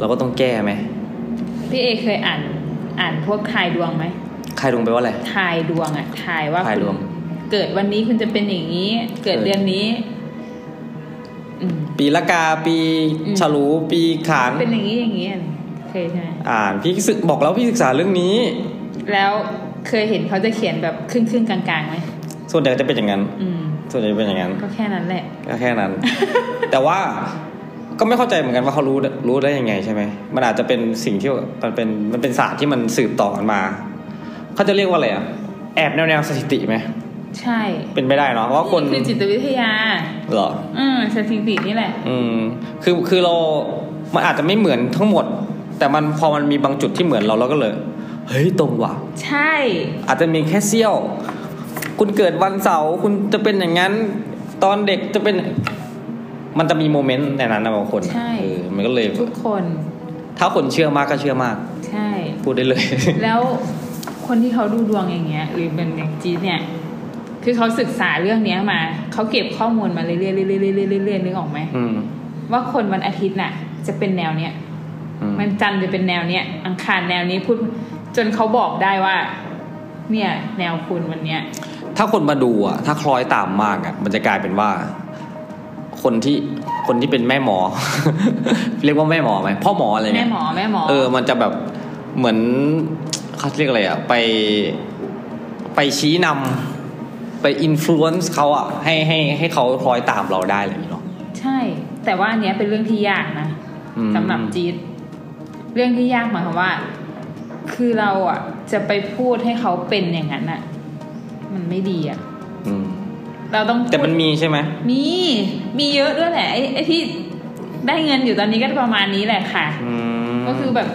A: เราก็ต้องแก้ไหม
B: พี่เอเคยอ่าน อ่านพวกทายดวงไหม
A: ใครลงไปลว่าอะไร
B: ทายดวงอะทายว่า
A: ทายด
B: คุณ
A: วง
B: เกิดวันนี้คุณจะเป็นอย่างนี้ เกิดเดือนนี้ อืม
A: ปีละกาปี
B: อืม
A: ฉลูปีขาน
B: เป็นอย่างนี้อย่างนี้อะเคยใช่ไหม
A: อ่านพี่ศึกบอกแล้วพี่ศึกษาเรื่องนี้
B: แล้วเคยเห็นเขาจะเขียนแบบครึ่งครึ่งๆกลางๆไหม
A: ส่วนใหญ่จะเป็นอย่างนั้น
B: อืม
A: ส่วนใหญ่จะเป็นอย่างนั้น
B: ก็แค่นั้นแหละ
A: ก็แค่
B: *laughs*
A: นั้น แต่ว่าก็ไม่เข้าใจเหมือนกันว่าเขารู้รู้ได้ยังไงใช่ไหมมันอาจจะเป็นสิ่งที่มันเป็นมันเป็นศาสตร์ที่มันสืบต่อกันมาเขาจะเรียกว่าอะไรอะแอบแนวแนวสถิติไหม
B: ใช่
A: เป็นไม่ได้เนาะเพราะว่าคน
B: คือจิตวิทยา
A: เหรอ
B: อืมสถิตินี่แหละ
A: อืมคือคือเรา มันอาจจะไม่เหมือนทั้งหมด แต่มันพอมันมีบางจุดที่เหมือนเราเราก็เลย เฮ้ยตรงว่ะ
B: ใช่
A: อาจจะมีแค่เสี้ยว คุณเกิดวันเสาร์คุณจะเป็นอย่างนั้น ตอนเด็กจะเป็น มันจะมีโมเมนต์ในนั้นนะบางคน
B: ใช่
A: เออมันก็เลย
B: ทุกคน
A: ถ้าคนเชื่อมากก็เชื่อมาก
B: ใช่
A: พูดได้เลย *laughs*
B: แล้วคนที่เขาดูดวงอย่างเงี้ย หรือเป็นอย่างจีดเนี่ย คือเขาศึกษาเรื่องเนี้ยมา เขาเก็บข้อมูลมาเรื่อยๆเรื่อยๆเรื่อยๆเรื่อยๆนึกออกไหม
A: อืม
B: ว่าคนวันอาทิตย์น่ะ จะเป็นแนวเนี้ย
A: อืม
B: มันจันทร์จะเป็นแนวเนี้ย อังคารแนวนี้พูดจนเขาบอกได้ว่า เนี่ย แนวคุณวันเนี้ย
A: ถ้าคนมาดูอ่ะ ถ้าคล้อยตามมากอ่ะ มันจะกลายเป็นว่า คนที่ คนที่เป็นแม่หมอ *laughs* เรียกว่าแม่หมอไหมพ่อหมออะไรเงี้ย
B: แม่หมอแม่หมอ
A: เออ มันจะแบบเหมือนเขาเรียกอะไรอะไปไปชี้นำไปอิ f l u e n c e เขาอะให้ให้ให้เขาคล้อยตามเราได้อะไรอย่างเงี้ยเนาะ
B: ใช่ แต่ว่าอันเนี้ยเป็นเรื่องที่ยากนะ
A: อืม
B: สำหรับจีดเรื่องที่ยากหมายความว่า คือเราอ่ะ จะไปพูดให้เขาเป็นอย่างนั้นอ่ะ มันไม่ดีอ่ะ
A: อืม
B: เราต้อง
A: แต่มันมีใช่ไหม
B: มี มีเยอะด้วยแหละไอ้ไอ้ที่ได้เงินอยู่ตอนนี้ก็ประมาณนี้แหละค่ะ
A: อืม
B: ก็คือแบบ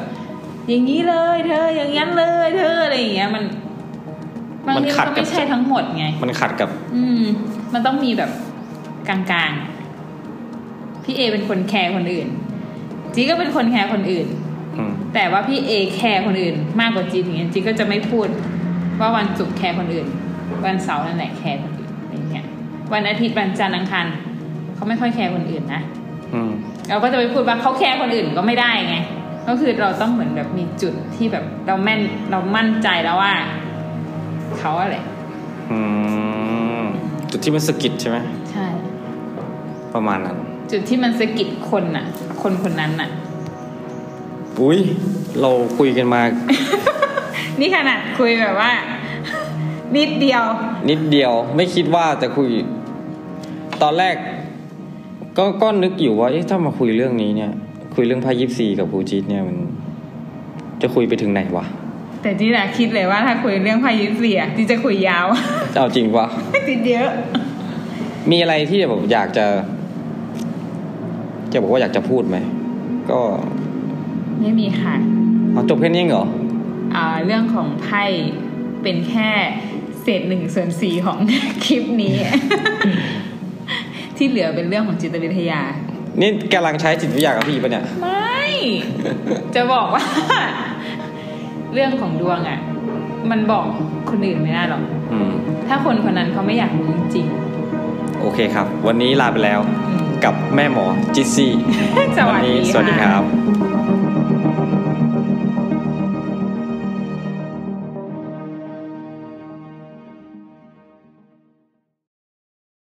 B: อย่างนี้เลยเธออย่างนั้นเลยเธออะไรอย่างเงี้ยมันบางทีมันก็ไม่ใช่ทั้งหมดไง
A: มันขัดกับ
B: อืม มันต้องมีแบบกลางๆ พี่เอเป็นคนแคร์คนอื่น จีก็เป็นคนแคร์คนอื่น
A: อืม
B: แต่ว่าพี่เอแคร์คนอื่น มากกว่าจีอย่างเงี้ยจีก็จะไม่พูด ว่าวันศุกร์แคร์คนอื่น วันเสาร์นั่นแหละแคร์คนอื่นอะไรเงี้ย วันอาทิตย์วันจันทร์อังคารเขาไม่ค่อยแคร์คนอื่นนะ
A: อืม
B: เราก็จะไปพูดว่าเขาแคร์คนอื่นก็ไม่ได้ไง ก็คือเราต้องเหมือนแบบมีจุดที่แบบเราแม่นเรามั่นใจแล้วว่าเขาอะไร
A: อืมจุดที่มันสะกิดใช่ไหม
B: ใช่
A: ประมาณนั้น
B: จุดที่มันสะกิดคนน่ะ คนคนนั้นน่ะ
A: อุ้ยเราคุยกันมา
B: นี่ขนาดคุยแบบว่า *laughs* นิดเดียว
A: นิดเดียวไม่คิดว่าจะคุย ตอนแรก ก็ก็นึกอยู่ว่าเอ๊ะถ้ามาคุยเรื่องนี้เนี่ย คุยเรื่องไพ่ยิปซีกับภูจิตเนี่ยมัน จะคุยไปถึงไหนวะ
B: แต่จีน่ะคิดเลยว่าถ้าคุยเรื่องพายุเสียจีจะคุยยาว
A: เอาจริงวะ
B: ติดเยอะ
A: มีอะไรที่แบบอยากจะ จะบอกว่าอยากจะพูดไหมก็
B: ไม่มีค่ะ
A: เอาจบแค่นี้เหรอ
B: อ่าเรื่องของไพ่เป็นแค่เศษหนึ่งส่วนสี่ของ *laughs* คลิปนี้ ที่เหลือเป็นเรื่องของจิตวิทยา
A: นี่กำลังใช้จิตวิทยากับพี่ปะเนี่ย
B: ไม่ จะบอกว่า *laughs* เรื่องของดวงอะ่ะ มันบอกคนอื่นไม่ได้หรอก
A: อืม
B: ถ้าคนคนนั้นเขาไม่อยากรู้จริง
A: โอเคครับ วันนี้ลาไปแล้ว
B: ๆอืม
A: กับแม่หมอจิซี่
B: *laughs* สวัส
A: น
B: ดี
A: นี้สวัสดี
B: ค่ะ
A: ครับ